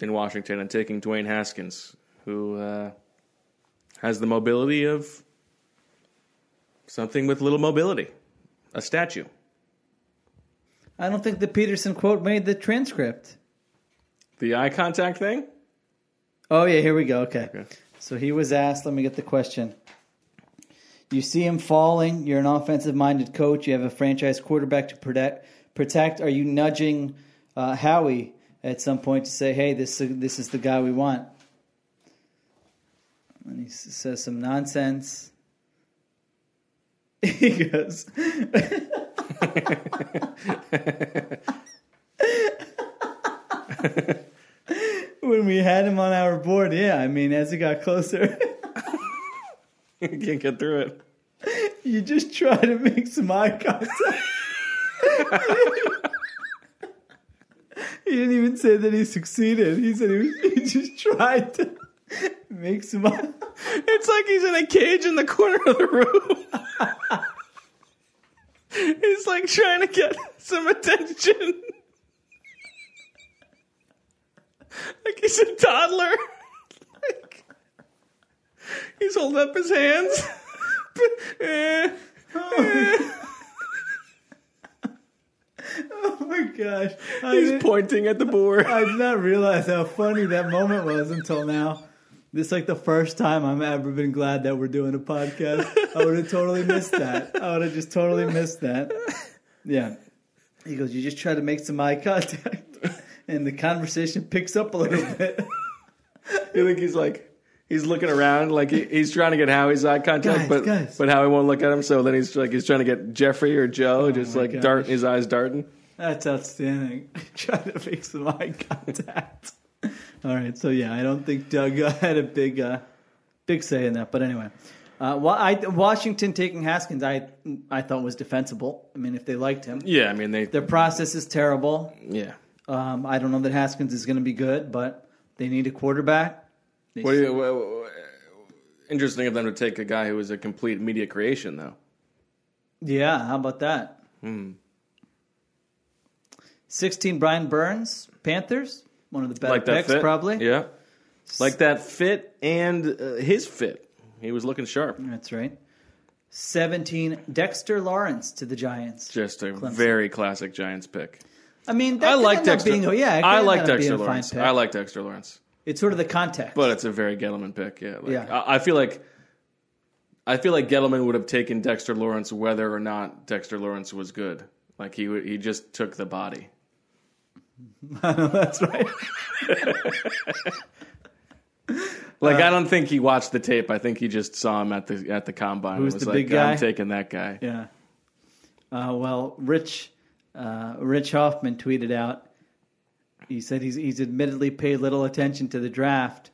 Speaker 5: in Washington and taking Dwayne Haskins, who uh, has the mobility of something with little mobility, a statue.
Speaker 6: I don't think the Peterson quote made the transcript.
Speaker 5: The eye contact thing.
Speaker 6: Oh yeah, here we go. Okay.
Speaker 5: Okay.
Speaker 6: So he was asked, let me get the question. You see him falling, you're an offensive minded coach, you have a franchise quarterback to protect protect. Are you nudging uh, Howie at some point to say, "Hey, this this is the guy we want?" And he s- says some nonsense. He goes, when we had him on our board, yeah, I mean, as he got closer,
Speaker 5: Can't get through it.
Speaker 6: you just try to make some eye contact. he didn't even say that he succeeded. He said he, was, he just tried to make some eye.
Speaker 5: It's like he's in a cage in the corner of the room. he's like trying to get some attention. like he's a toddler. like he's holding up his hands. Eh, eh.
Speaker 6: Oh my gosh! I
Speaker 5: he's
Speaker 6: didn't-
Speaker 5: pointing at the board.
Speaker 6: I did not realize how funny that moment was until now. This is like the first time I've ever been glad that we're doing a podcast. I would have totally missed that. I would have just totally missed that. Yeah. He goes, You just try to make some eye contact. And the conversation picks up a little bit.
Speaker 5: You think he's like he's looking around like he, he's trying to get Howie's eye contact,
Speaker 6: Guys,
Speaker 5: but
Speaker 6: guys.
Speaker 5: but Howie won't look at him. So then he's like he's trying to get Jeffrey or Joe, just like
Speaker 6: Oh gosh.
Speaker 5: dart his eyes darting.
Speaker 6: That's outstanding. try to make some eye contact. All right. So, yeah, I don't think Doug uh, had a big uh, big say in that. But anyway. Uh, wa- I, Washington taking Haskins, I I thought was defensible. I mean, if they liked him,
Speaker 5: Yeah, I mean they.
Speaker 6: their process is terrible.
Speaker 5: yeah.
Speaker 6: Um, I don't know that Haskins is going to be good, but they need a quarterback. They
Speaker 5: What do you? wha- wha- interesting of them to take a guy who was a complete media creation, though.
Speaker 6: Yeah, how about that?
Speaker 5: Hmm.
Speaker 6: 16, Brian Burns, Panthers. One of the better
Speaker 5: Like that
Speaker 6: picks,
Speaker 5: fit,
Speaker 6: probably.
Speaker 5: Yeah, like that fit and uh, his fit. He was looking sharp.
Speaker 6: That's right. 17, Dexter Lawrence to the Giants.
Speaker 5: Just a very classic Giants pick.
Speaker 6: I mean, that
Speaker 5: I
Speaker 6: could
Speaker 5: like
Speaker 6: end up
Speaker 5: Dexter.
Speaker 6: Being, a- yeah, it could
Speaker 5: I
Speaker 6: end
Speaker 5: like
Speaker 6: up being
Speaker 5: Dexter
Speaker 6: a fine
Speaker 5: Lawrence.
Speaker 6: pick.
Speaker 5: I like Dexter Lawrence.
Speaker 6: It's sort of the context.
Speaker 5: But it's a very Gettleman pick, yeah. Like,
Speaker 6: Yeah.
Speaker 5: I, I feel like I feel like Gettleman would have taken Dexter Lawrence whether or not Dexter Lawrence was good. Like he would, he just took the body.
Speaker 6: that's right.
Speaker 5: Like
Speaker 6: Uh,
Speaker 5: I don't think he watched the tape. I think he just saw him at the at the combine. and
Speaker 6: Who's
Speaker 5: was
Speaker 6: the
Speaker 5: like,
Speaker 6: big guy?
Speaker 5: I'm taking that guy.
Speaker 6: Yeah. Uh, well, Rich uh, Rich Hoffman tweeted out. He said he's he's admittedly paid little attention to the draft,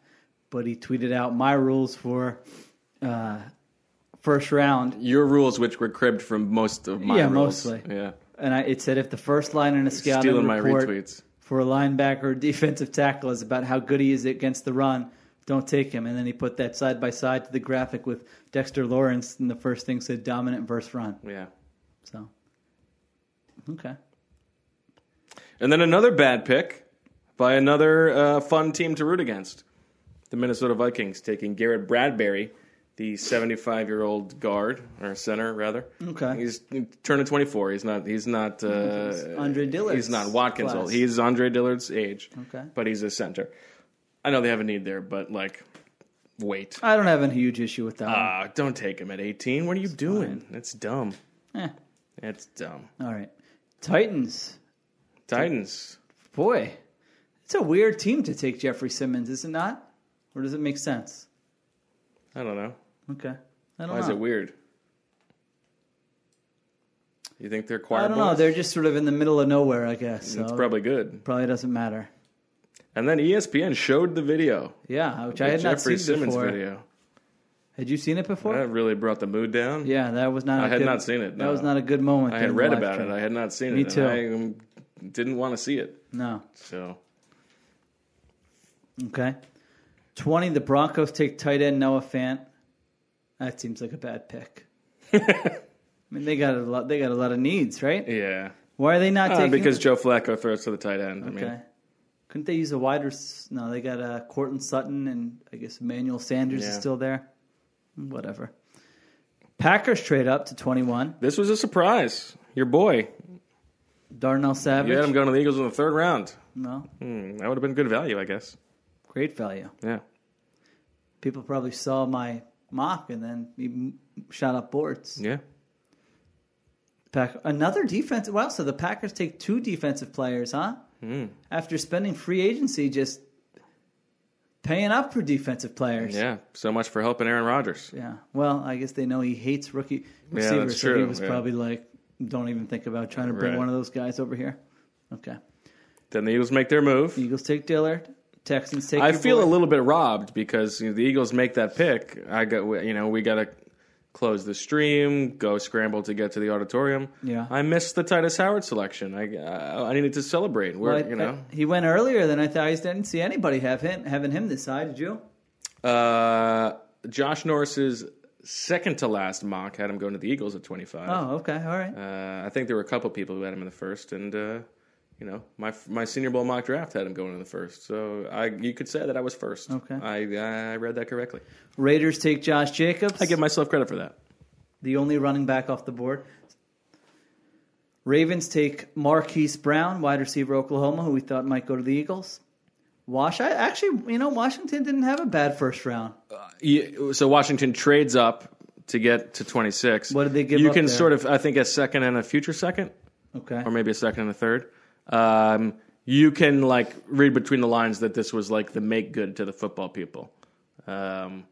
Speaker 6: but he tweeted out my rules for uh, first round,
Speaker 5: Your rules, which were cribbed from most of my
Speaker 6: Yeah,
Speaker 5: rules.
Speaker 6: mostly.
Speaker 5: Yeah,
Speaker 6: and I, it said if the first line in a scouting
Speaker 5: stealing my
Speaker 6: report
Speaker 5: retweets.
Speaker 6: for a linebacker or defensive tackle is about how good he is against the run. Don't take him. And then he put that side by side to the graphic with Dexter Lawrence, and the first thing said dominant versus run.
Speaker 5: Yeah.
Speaker 6: So, okay.
Speaker 5: And then another bad pick by another uh, fun team to root against. The Minnesota Vikings taking Garrett Bradbury, the 75 year old guard or center rather.
Speaker 6: Okay.
Speaker 5: He's turning 24. He's not. He's not. Uh,
Speaker 6: Andre Dillard's
Speaker 5: He's not Watkins
Speaker 6: class.
Speaker 5: old. He's Andre Dillard's age.
Speaker 6: Okay.
Speaker 5: But he's a center. I know they have a need there, but like, wait.
Speaker 6: I don't have a huge issue with that. one.
Speaker 5: Uh, don't take him at 18. What are you doing? That's dumb.
Speaker 6: Eh.
Speaker 5: That's dumb.
Speaker 6: All right, Titans.
Speaker 5: Titans.
Speaker 6: Boy, it's a weird team to take Jeffrey Simmons, is it not? Or does it make sense?
Speaker 5: I don't know.
Speaker 6: Okay, I don't
Speaker 5: Why
Speaker 6: know.
Speaker 5: is it weird? You think they're choir
Speaker 6: I don't know.
Speaker 5: boys?
Speaker 6: They're just sort of in the middle of nowhere, I guess. So
Speaker 5: It's probably good.
Speaker 6: probably doesn't matter.
Speaker 5: And then E ESPN showed the video,
Speaker 6: Yeah, which
Speaker 5: the
Speaker 6: I had
Speaker 5: Jeffrey
Speaker 6: not seen
Speaker 5: Simmons
Speaker 6: before.
Speaker 5: video.
Speaker 6: Had you seen it before?
Speaker 5: That really brought the mood down.
Speaker 6: yeah, that was not.
Speaker 5: Uh, I
Speaker 6: a
Speaker 5: had
Speaker 6: good-
Speaker 5: not seen it,
Speaker 6: That
Speaker 5: no.
Speaker 6: was not a good moment.
Speaker 5: I
Speaker 6: during
Speaker 5: had
Speaker 6: the
Speaker 5: read
Speaker 6: live
Speaker 5: about
Speaker 6: stream.
Speaker 5: it. I had not seen
Speaker 6: Me
Speaker 5: it.
Speaker 6: too.
Speaker 5: And I um, didn't want to see it.
Speaker 6: No.
Speaker 5: So
Speaker 6: Okay. Twenty. The Broncos take tight end Noah Fant. That seems like a bad pick. I mean, they got a lot. They got a lot of needs, right?
Speaker 5: yeah,
Speaker 6: Why are they not
Speaker 5: Uh,
Speaker 6: taking?
Speaker 5: because Joe Flacco throws to the tight end. I mean,
Speaker 6: okay. Couldn't they use a wider? s- No, they got uh, Cortland Sutton and I guess Emmanuel Sanders is
Speaker 5: Yeah.
Speaker 6: still there. Whatever. Packers trade up to twenty-one.
Speaker 5: this was a surprise. Your boy,
Speaker 6: Darnell Savage.
Speaker 5: you had him going to the Eagles in the third round.
Speaker 6: No,
Speaker 5: Hmm, that would have been good value, I guess.
Speaker 6: great value.
Speaker 5: Yeah,
Speaker 6: People probably saw my mock and then he m- shot up boards.
Speaker 5: yeah.
Speaker 6: Pack- another defense. Wow, so the Packers take two defensive players, huh?
Speaker 5: Hmm.
Speaker 6: After spending free agency, just paying up for defensive players.
Speaker 5: Yeah, so much for helping Aaron Rodgers.
Speaker 6: Yeah. Well, I guess they know he hates rookie receivers,
Speaker 5: that's
Speaker 6: so he
Speaker 5: true,
Speaker 6: was
Speaker 5: yeah.
Speaker 6: probably like, "Don't even think about trying to bring
Speaker 5: Right.
Speaker 6: one of those guys over here." Okay.
Speaker 5: Then the Eagles make their move.
Speaker 6: Eagles take Dillard. Texans take.
Speaker 5: I
Speaker 6: your
Speaker 5: feel
Speaker 6: boy.
Speaker 5: a little bit robbed because you know, the Eagles make that pick. I got you know we got to close the stream, go scramble to get to the auditorium.
Speaker 6: Yeah.
Speaker 5: I missed the Titus Howard selection. I I, I needed to celebrate. We're,
Speaker 6: Well, I-
Speaker 5: you know,
Speaker 6: I- uh, he went earlier than I thought. I just didn't see anybody have him having him this side. Did you?
Speaker 5: uh, Josh Norris's second to last mock had him going to the Eagles at twenty five.
Speaker 6: Oh, okay, all right.
Speaker 5: Uh, I think there were a couple people who had him in the first, and uh, you know, my my Senior Bowl mock draft had him going in the first. So I you could say that I was first.
Speaker 6: Okay.
Speaker 5: I I read that correctly.
Speaker 6: Raiders take Josh Jacobs.
Speaker 5: I give myself credit for that.
Speaker 6: the only running back off the board. Ravens take Marquise Brown, wide receiver Oklahoma, who we thought might go to the Eagles. Wash, I actually, you know, Washington didn't have a bad first round.
Speaker 5: You- so Washington trades up to get to 26.
Speaker 6: What did they give
Speaker 5: You
Speaker 6: up
Speaker 5: can
Speaker 6: there?
Speaker 5: sort of, I think, a second and a future second,
Speaker 6: Okay.
Speaker 5: or maybe a second and a third. Um, you can like read between the lines that this was like the make good to the football people. Um,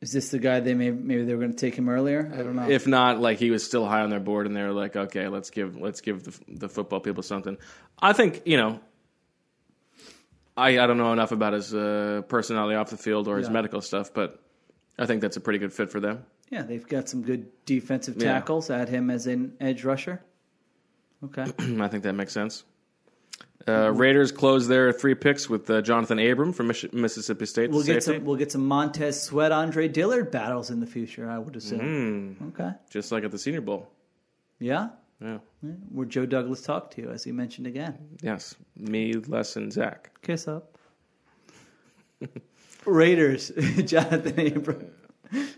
Speaker 6: Is this the guy they may maybe they were going to take him earlier? I don't know.
Speaker 5: if not, like he was still high on their board, and they were like, okay, let's give let's give the, the football people something. I think you know. I, I don't know enough about his uh, personality off the field or his
Speaker 6: Yeah.
Speaker 5: medical stuff, but I think that's a pretty good fit for them.
Speaker 6: yeah, they've got some good defensive
Speaker 5: Yeah.
Speaker 6: tackles. Add him as an edge rusher. Okay.
Speaker 5: Hmm, I think that makes sense. Uh, Raiders close their three picks with uh, Jonathan Abram from Mich- Mississippi State.
Speaker 6: We'll get
Speaker 5: safety.
Speaker 6: some. We'll get some Montez Sweat, Andre Dillard battles in the future. I would assume.
Speaker 5: Hmm.
Speaker 6: Okay.
Speaker 5: just like at the Senior Bowl.
Speaker 6: Yeah.
Speaker 5: Yeah.
Speaker 6: Where Joe Douglas talked to you, as he mentioned again.
Speaker 5: Yes, me, Les, and Zach.
Speaker 6: Kiss up. Raiders, Jonathan Abram,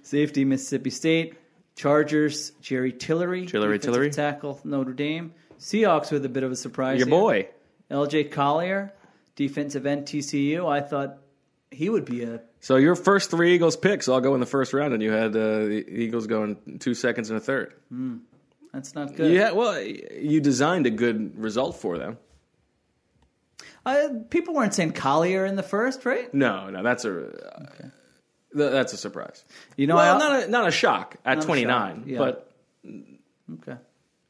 Speaker 6: safety, Mississippi State. Chargers, Jerry Tillery,
Speaker 5: Tillery,
Speaker 6: defensive
Speaker 5: Tillery.
Speaker 6: tackle, Notre Dame. Seahawks with a bit of a surprise.
Speaker 5: Your
Speaker 6: here.
Speaker 5: boy.
Speaker 6: LJ Collier, defensive end TCU. I thought he would be a
Speaker 5: So your first three Eagles picks all go in the first round, and you had uh, the Eagles going two seconds and a third.
Speaker 6: that's not good.
Speaker 5: Yeah, well, you designed a good result for them.
Speaker 6: Uh, people weren't saying Collier in the first, right?
Speaker 5: No, no, that's a uh, th- that's a surprise.
Speaker 6: You know,
Speaker 5: well,
Speaker 6: I,
Speaker 5: not a, not a shock at
Speaker 6: Not a
Speaker 5: 29,
Speaker 6: shock, yeah.
Speaker 5: but
Speaker 6: okay.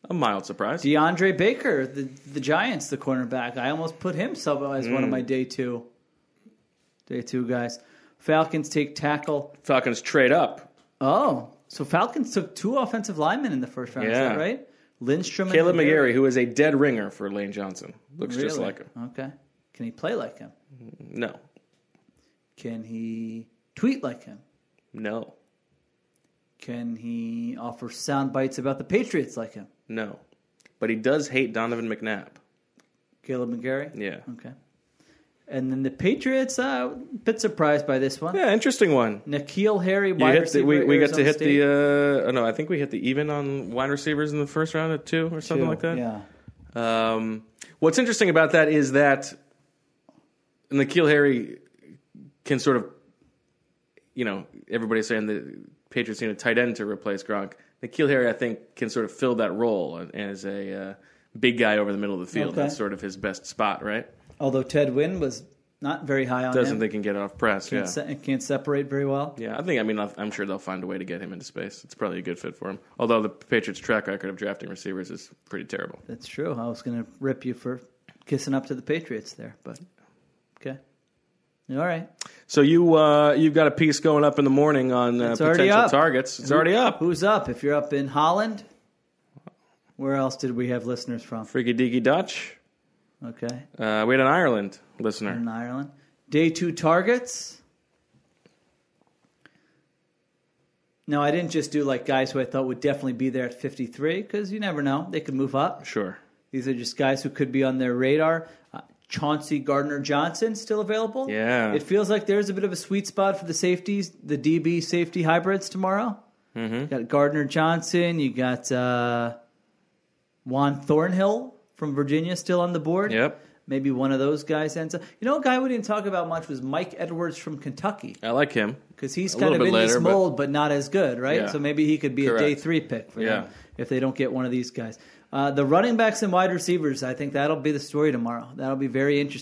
Speaker 5: a mild surprise.
Speaker 6: DeAndre Baker, the the Giants, the cornerback. I almost put him sub as one of
Speaker 5: Mm.
Speaker 6: my day two, day two guys. Falcons take tackle.
Speaker 5: Falcons trade up.
Speaker 6: Oh, so Falcons took two offensive linemen in the first round. Is
Speaker 5: Yeah.
Speaker 6: that right? Lindstrom, and
Speaker 5: Caleb
Speaker 6: Aguirre.
Speaker 5: McGarry, who is a dead ringer for Lane Johnson, looks just
Speaker 6: Really?
Speaker 5: like him.
Speaker 6: Okay, can he play like him?
Speaker 5: No,
Speaker 6: Can he tweet like him?
Speaker 5: no,
Speaker 6: Can he offer sound bites about the Patriots like him?
Speaker 5: no. But he does hate Donovan McNabb.
Speaker 6: Caleb McGarry.
Speaker 5: Yeah.
Speaker 6: Okay. And then the Patriots, uh, a bit surprised by this one.
Speaker 5: Yeah, interesting one.
Speaker 6: Nikhil Harry,
Speaker 5: You
Speaker 6: wide
Speaker 5: hit the,
Speaker 6: receiver.
Speaker 5: we we got to
Speaker 6: Arizona
Speaker 5: hit
Speaker 6: State.
Speaker 5: the uh, oh, no. I think we hit the even on wide receivers in the first round at two or something like that.
Speaker 6: Yeah.
Speaker 5: Um, what's interesting about that is that Nikhil Harry can sort of, you know, everybody's saying the Patriots need a tight end to replace Gronk. Nikhil Harry, I think, can sort of fill that role and- and as a uh, big guy over the middle of the field.
Speaker 6: Okay.
Speaker 5: That's sort of his best spot, right? uh, Uh,
Speaker 6: Uh, uh,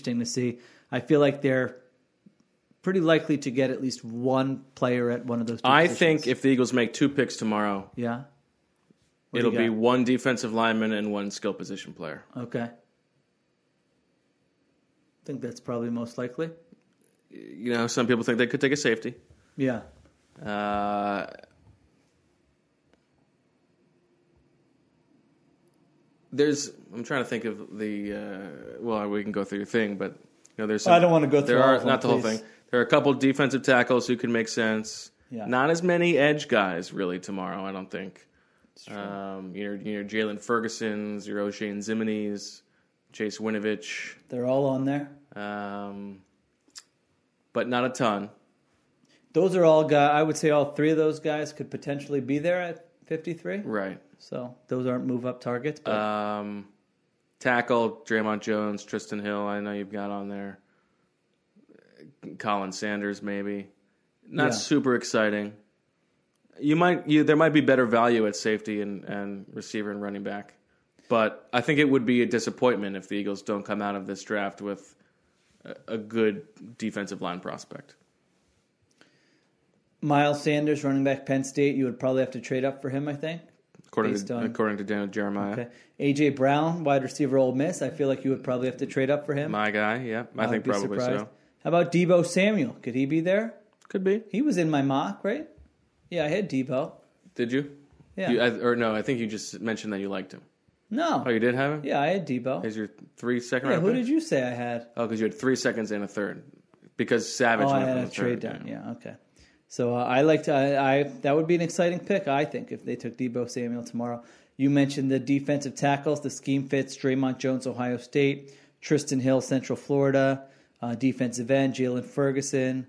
Speaker 6: Uh,
Speaker 5: Uh, uh, Um, um, Uh, Colin Sanders, maybe. Not
Speaker 6: Yeah.
Speaker 5: super exciting. You might you, there might be better value at safety and, and receiver and running back, but I think it would be a disappointment if the Eagles don't come out of this draft with a, a good defensive line prospect.
Speaker 6: Miles Sanders, running back Penn State, you would probably have to trade up for him, I think.
Speaker 5: According
Speaker 6: Based
Speaker 5: to
Speaker 6: on-
Speaker 5: according to Daniel Jeremiah,
Speaker 6: Okay. AJ Brown, wide receiver Ole Miss, I feel like you would probably have to trade up for him.
Speaker 5: my guy. Yeah, I,
Speaker 6: would
Speaker 5: think
Speaker 6: be
Speaker 5: probably
Speaker 6: surprised.
Speaker 5: so.
Speaker 6: How about Debo Samuel? Could he be there?
Speaker 5: Could be.
Speaker 6: He was in my mock, right? Yeah, I had Debo.
Speaker 5: Did you?
Speaker 6: Yeah.
Speaker 5: You, I, or no, I think you just mentioned that you liked him.
Speaker 6: no.
Speaker 5: Oh, you did have him.
Speaker 6: yeah, I had Debo.
Speaker 5: Is your three second
Speaker 6: Yeah,
Speaker 5: round?
Speaker 6: who
Speaker 5: pick?
Speaker 6: did you say I had?
Speaker 5: Oh, because you had three seconds and a third. Because Savage
Speaker 6: Oh, I
Speaker 5: went
Speaker 6: had
Speaker 5: for
Speaker 6: a
Speaker 5: the
Speaker 6: trade
Speaker 5: third,
Speaker 6: down. Yeah, okay. So uh, I like to. I, I that would be an exciting pick, I think, if they took Debo Samuel tomorrow. You mentioned the defensive tackles. The scheme fits Draymond Jones, Ohio State. Tristan Hill, Central Florida. Uh, defensive end Jalen Ferguson.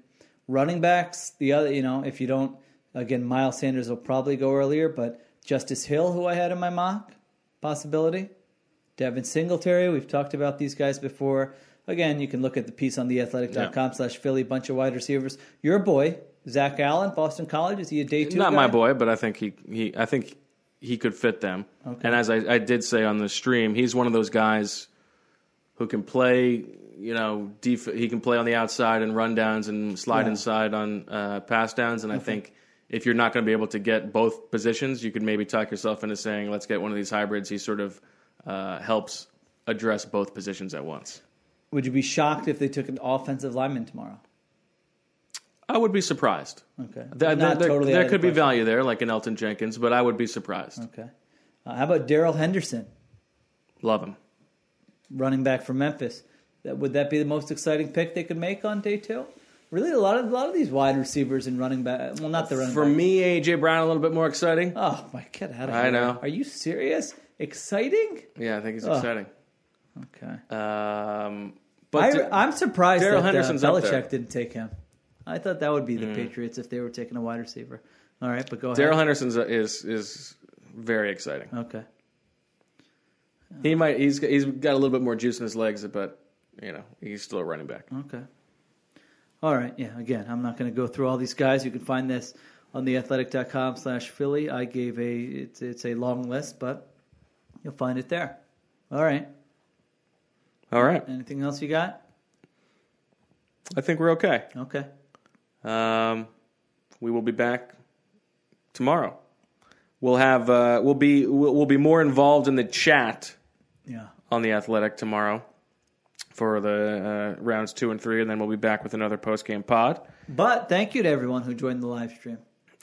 Speaker 6: Running backs. The other, you know, if you don't, again, Miles Sanders will probably go earlier, but Justice Hill, who I had in my mock, possibility. Devin Singletary. We've talked about these guys before. Again, you can look at the piece on theathletic.com slash Philly, bunch of wide receivers. Your boy, Zach Allen, Boston College, is he a day two?
Speaker 5: Not
Speaker 6: guy?
Speaker 5: my boy, but I think he, he I think he could fit them. And as I, I did say on the stream, he's one of those guys who can play. You know, def- he can play on the outside and run downs and slide
Speaker 6: Yeah.
Speaker 5: inside on uh, pass downs. And I think if you're not going to be able to get both positions, you could maybe talk yourself into saying, "Let's get one of these hybrids." He sort of uh, helps address both positions at once.
Speaker 6: Would you be shocked if they took an offensive lineman tomorrow?
Speaker 5: I would be surprised.
Speaker 6: Okay.
Speaker 5: There, there,
Speaker 6: Not
Speaker 5: there-
Speaker 6: totally out
Speaker 5: there
Speaker 6: of the
Speaker 5: could be
Speaker 6: question.
Speaker 5: value there, like an Elton Jenkins, but I would be surprised.
Speaker 6: Okay. Uh, how about Daryl Henderson,
Speaker 5: Love him.
Speaker 6: running back from Memphis? That, would that be the most exciting pick they could make on day two? Really, a lot of a lot of these wide receivers and running back. Well, not the running
Speaker 5: For
Speaker 6: back.
Speaker 5: me, AJ Brown a little bit more exciting.
Speaker 6: Oh my, get out of here!
Speaker 5: I know.
Speaker 6: Are you serious? Exciting?
Speaker 5: Yeah, I think he's
Speaker 6: Ugh.
Speaker 5: exciting.
Speaker 6: Okay.
Speaker 5: Um, but
Speaker 6: I,
Speaker 5: d-
Speaker 6: I'm surprised
Speaker 5: Uh, Daryl
Speaker 6: that
Speaker 5: Henderson's
Speaker 6: uh,
Speaker 5: up there. Mm.
Speaker 6: Belichick didn't take him. I thought that would be the Patriots if they were taking a wide receiver. All right, but go
Speaker 5: Daryl
Speaker 6: ahead.
Speaker 5: Henderson's a- is is very exciting.
Speaker 6: Okay.
Speaker 5: He might he's he's got a little bit more juice in his legs, but you know he's still a running back.
Speaker 6: Okay. All right. Yeah. Again, I'm not going to go through all these guys. You can find this on theathletic.com slash Philly. I gave a, it's, it's a long list, but you'll find it there. All right.
Speaker 5: All right,
Speaker 6: Anything else you got?
Speaker 5: I think we're okay.
Speaker 6: Okay.
Speaker 5: Um, we will be back tomorrow. We'll have uh, we'll be we'll, we'll be more involved in the chat
Speaker 6: Yeah.
Speaker 5: on the Athletic tomorrow for the uh, rounds two and three, and then we'll be back with another post game pod.
Speaker 6: But thank you to everyone who joined the live stream.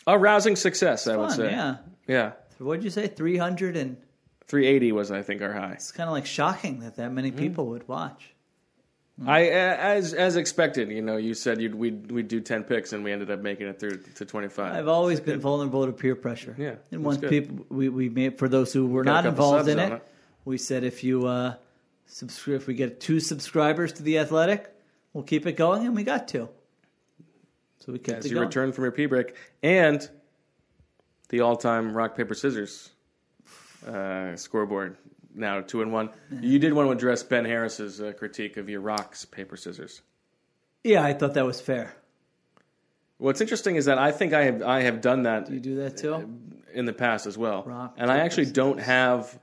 Speaker 5: A rousing success, I would
Speaker 6: Fun,
Speaker 5: say.
Speaker 6: yeah.
Speaker 5: Yeah.
Speaker 6: What'd you say? 300 and
Speaker 5: three eighty was I think our high.
Speaker 6: it's kind of like shocking that that many people would watch. Mm-hmm.
Speaker 5: I a- as as expected, you know, you said you'd we'd we'd do ten picks, and we ended up making it through to twenty
Speaker 6: I've
Speaker 5: five.
Speaker 6: always been vulnerable to peer pressure.
Speaker 5: Yeah,
Speaker 6: and
Speaker 5: that's
Speaker 6: once
Speaker 5: good.
Speaker 6: people we, we made for those who were
Speaker 5: Got a
Speaker 6: not
Speaker 5: couple
Speaker 6: involved
Speaker 5: subs
Speaker 6: in
Speaker 5: on
Speaker 6: it,
Speaker 5: it.
Speaker 6: we said if you uh, subscribe, if we get two subscribers to the Athletic, we'll keep it going, and we got two. So we kept
Speaker 5: As
Speaker 6: it
Speaker 5: you
Speaker 6: going.
Speaker 5: return from your pee break and the all time rock paper scissors uh, scoreboard now two and one. You did want to address Ben Harris's uh, critique of your rocks paper scissors.
Speaker 6: yeah, I thought that was fair.
Speaker 5: What's interesting is that I think I have I have done that
Speaker 6: You do that
Speaker 5: uh,
Speaker 6: too.
Speaker 5: in the past as well.
Speaker 6: Rock,
Speaker 5: and I
Speaker 6: paper,
Speaker 5: actually don't have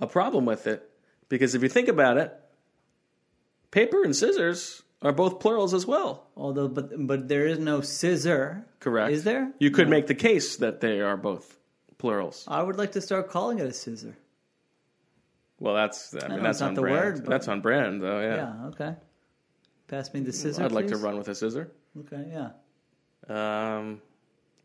Speaker 5: a problem with it because if you think about it, paper and scissors are both plurals as well.
Speaker 6: Although, but but there is no scissor.
Speaker 5: Correct.
Speaker 6: Is there?
Speaker 5: You could make the case that they are both plurals.
Speaker 6: I would like to start calling it a scissor.
Speaker 5: Well, that's I mean,
Speaker 6: know
Speaker 5: that's
Speaker 6: it's not
Speaker 5: on
Speaker 6: the
Speaker 5: brand.
Speaker 6: word, but-
Speaker 5: that's on brand, though. Yeah.
Speaker 6: Yeah. Okay. Pass me the scissor.
Speaker 5: I'd like to
Speaker 6: please.
Speaker 5: run with a scissor.
Speaker 6: Okay. Yeah.
Speaker 5: Um,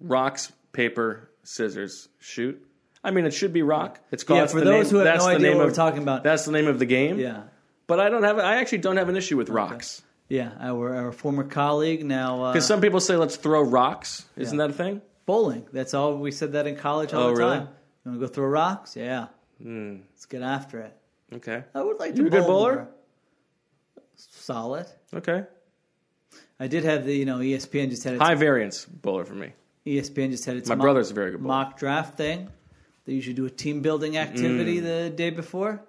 Speaker 5: rocks, paper, scissors, shoot. I mean, it should be rock. It's called.
Speaker 6: Yeah,
Speaker 5: that's
Speaker 6: for
Speaker 5: the
Speaker 6: those
Speaker 5: name-
Speaker 6: who have
Speaker 5: that's
Speaker 6: no
Speaker 5: the
Speaker 6: idea
Speaker 5: name
Speaker 6: what
Speaker 5: of-
Speaker 6: we're talking about.
Speaker 5: That's the name of the game.
Speaker 6: Yeah.
Speaker 5: But I don't have. I actually don't have an issue with rocks.
Speaker 6: Yeah. Our our former colleague now. Uh,
Speaker 5: Because some people say let's throw rocks. Isn't
Speaker 6: Yeah.
Speaker 5: that a thing?
Speaker 6: Bowling. That's all we said that in college all
Speaker 5: Oh,
Speaker 6: the
Speaker 5: really? Hmm.
Speaker 6: time. You want to go throw rocks? Yeah. Let's get after it.
Speaker 5: Okay.
Speaker 6: I would like to.
Speaker 5: You a good
Speaker 6: bowl
Speaker 5: bowler?
Speaker 6: more. Solid.
Speaker 5: Okay.
Speaker 6: I did have the you know E ESPN just had its, E
Speaker 5: High variance bowler for me.
Speaker 6: ESPN just had its
Speaker 5: My
Speaker 6: mock,
Speaker 5: brother's a very good bowler. Hmm.
Speaker 6: mock draft thing. They usually do a team building activity the day before.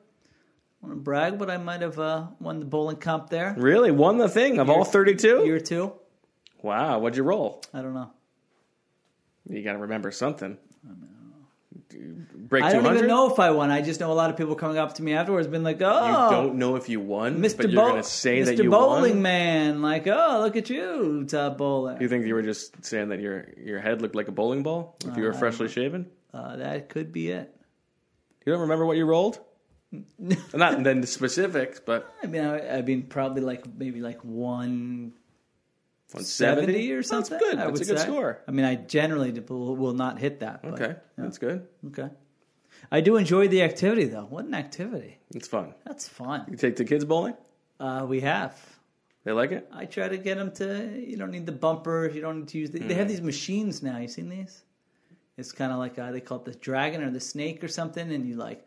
Speaker 6: want to brag, but I might have uh, won the bowling comp there.
Speaker 5: Really? Won the thing of all 32?
Speaker 6: Year two.
Speaker 5: Wow, what'd you roll?
Speaker 6: I don't know.
Speaker 5: You got to remember something. Break
Speaker 6: I
Speaker 5: 200?
Speaker 6: don't even know if I won. I just know a lot of people coming up to me afterwards, been like, "Oh,
Speaker 5: You don't know if you won,
Speaker 6: Mr.
Speaker 5: but you're
Speaker 6: Bow-
Speaker 5: going to say
Speaker 6: Mr.
Speaker 5: that you
Speaker 6: Bowling
Speaker 5: won?
Speaker 6: Man, like, oh, look at you, top bowler.
Speaker 5: You think you were just saying that your your head looked like a bowling ball if you were freshly shaven?
Speaker 6: Uh, that could be it.
Speaker 5: You don't remember what you rolled? Not then the specifics, but
Speaker 6: I mean, I, I mean, probably like maybe like one
Speaker 5: 170
Speaker 6: seventy or something.
Speaker 5: That's good.
Speaker 6: I
Speaker 5: That's
Speaker 6: would
Speaker 5: a good
Speaker 6: say.
Speaker 5: score.
Speaker 6: I mean, I generally d- will, will not hit that. But,
Speaker 5: Okay, that's good.
Speaker 6: Okay. I do enjoy the activity though. What an activity!
Speaker 5: It's fun.
Speaker 6: That's fun.
Speaker 5: You take the kids bowling?
Speaker 6: Uh, we have.
Speaker 5: They like it?
Speaker 6: I try to get them to. You don't need the bumper. You don't need to use. The, They
Speaker 5: Mm.
Speaker 6: have these machines now. You seen these? It's kind of like uh, they call it the dragon or the snake or something, and you like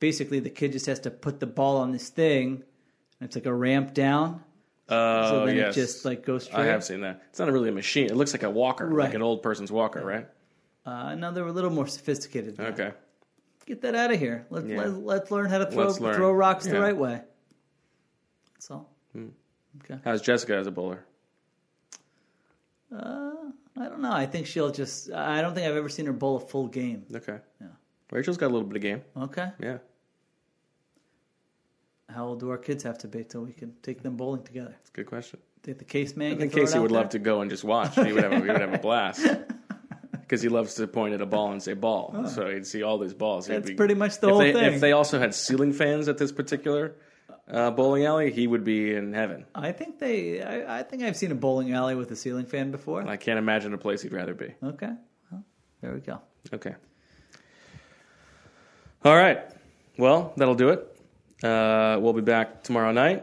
Speaker 6: basically the kid just has to put the ball on this thing, and it's like a ramp down.
Speaker 5: Oh,
Speaker 6: So then
Speaker 5: yes.
Speaker 6: it just like goes straight.
Speaker 5: I have seen that. It's not really a machine. It looks like a walker, like
Speaker 6: Right.
Speaker 5: an old person's walker, right?
Speaker 6: Uh, now they're a little more sophisticated. than that.
Speaker 5: Okay.
Speaker 6: Get that out of here. Let's
Speaker 5: Yeah.
Speaker 6: let, let's learn how to throw
Speaker 5: Let's learn.
Speaker 6: throw rocks
Speaker 5: Yeah.
Speaker 6: the right way. That's all.
Speaker 5: How's Jessica as a bowler?
Speaker 6: I don't know. I think she'll just. I don't think I've ever seen her bowl a full game.
Speaker 5: Okay. Yeah. Rachel's got a little bit of game.
Speaker 6: Okay.
Speaker 5: Yeah.
Speaker 6: How old do our kids have to be till we can take them bowling together?
Speaker 5: It's a good question.
Speaker 6: Think the case man.
Speaker 5: I think Casey would love to go and just watch. He would have a, he would have a blast. Because he loves to point at a ball and say ball. So he'd see all these balls. He'd
Speaker 6: That's pretty much the
Speaker 5: if
Speaker 6: whole
Speaker 5: they,
Speaker 6: thing.
Speaker 5: If they also had ceiling fans at this particular uh, bowling alley, he would be in heaven.
Speaker 6: I think they. I, I think I've seen a bowling alley with a ceiling fan before.
Speaker 5: I can't imagine a place he'd rather be.
Speaker 6: okay. Well, there we go.
Speaker 5: Okay. All right. Well, that'll do it. Uh, we'll be back tomorrow night.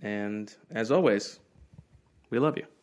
Speaker 5: And as always, we love you.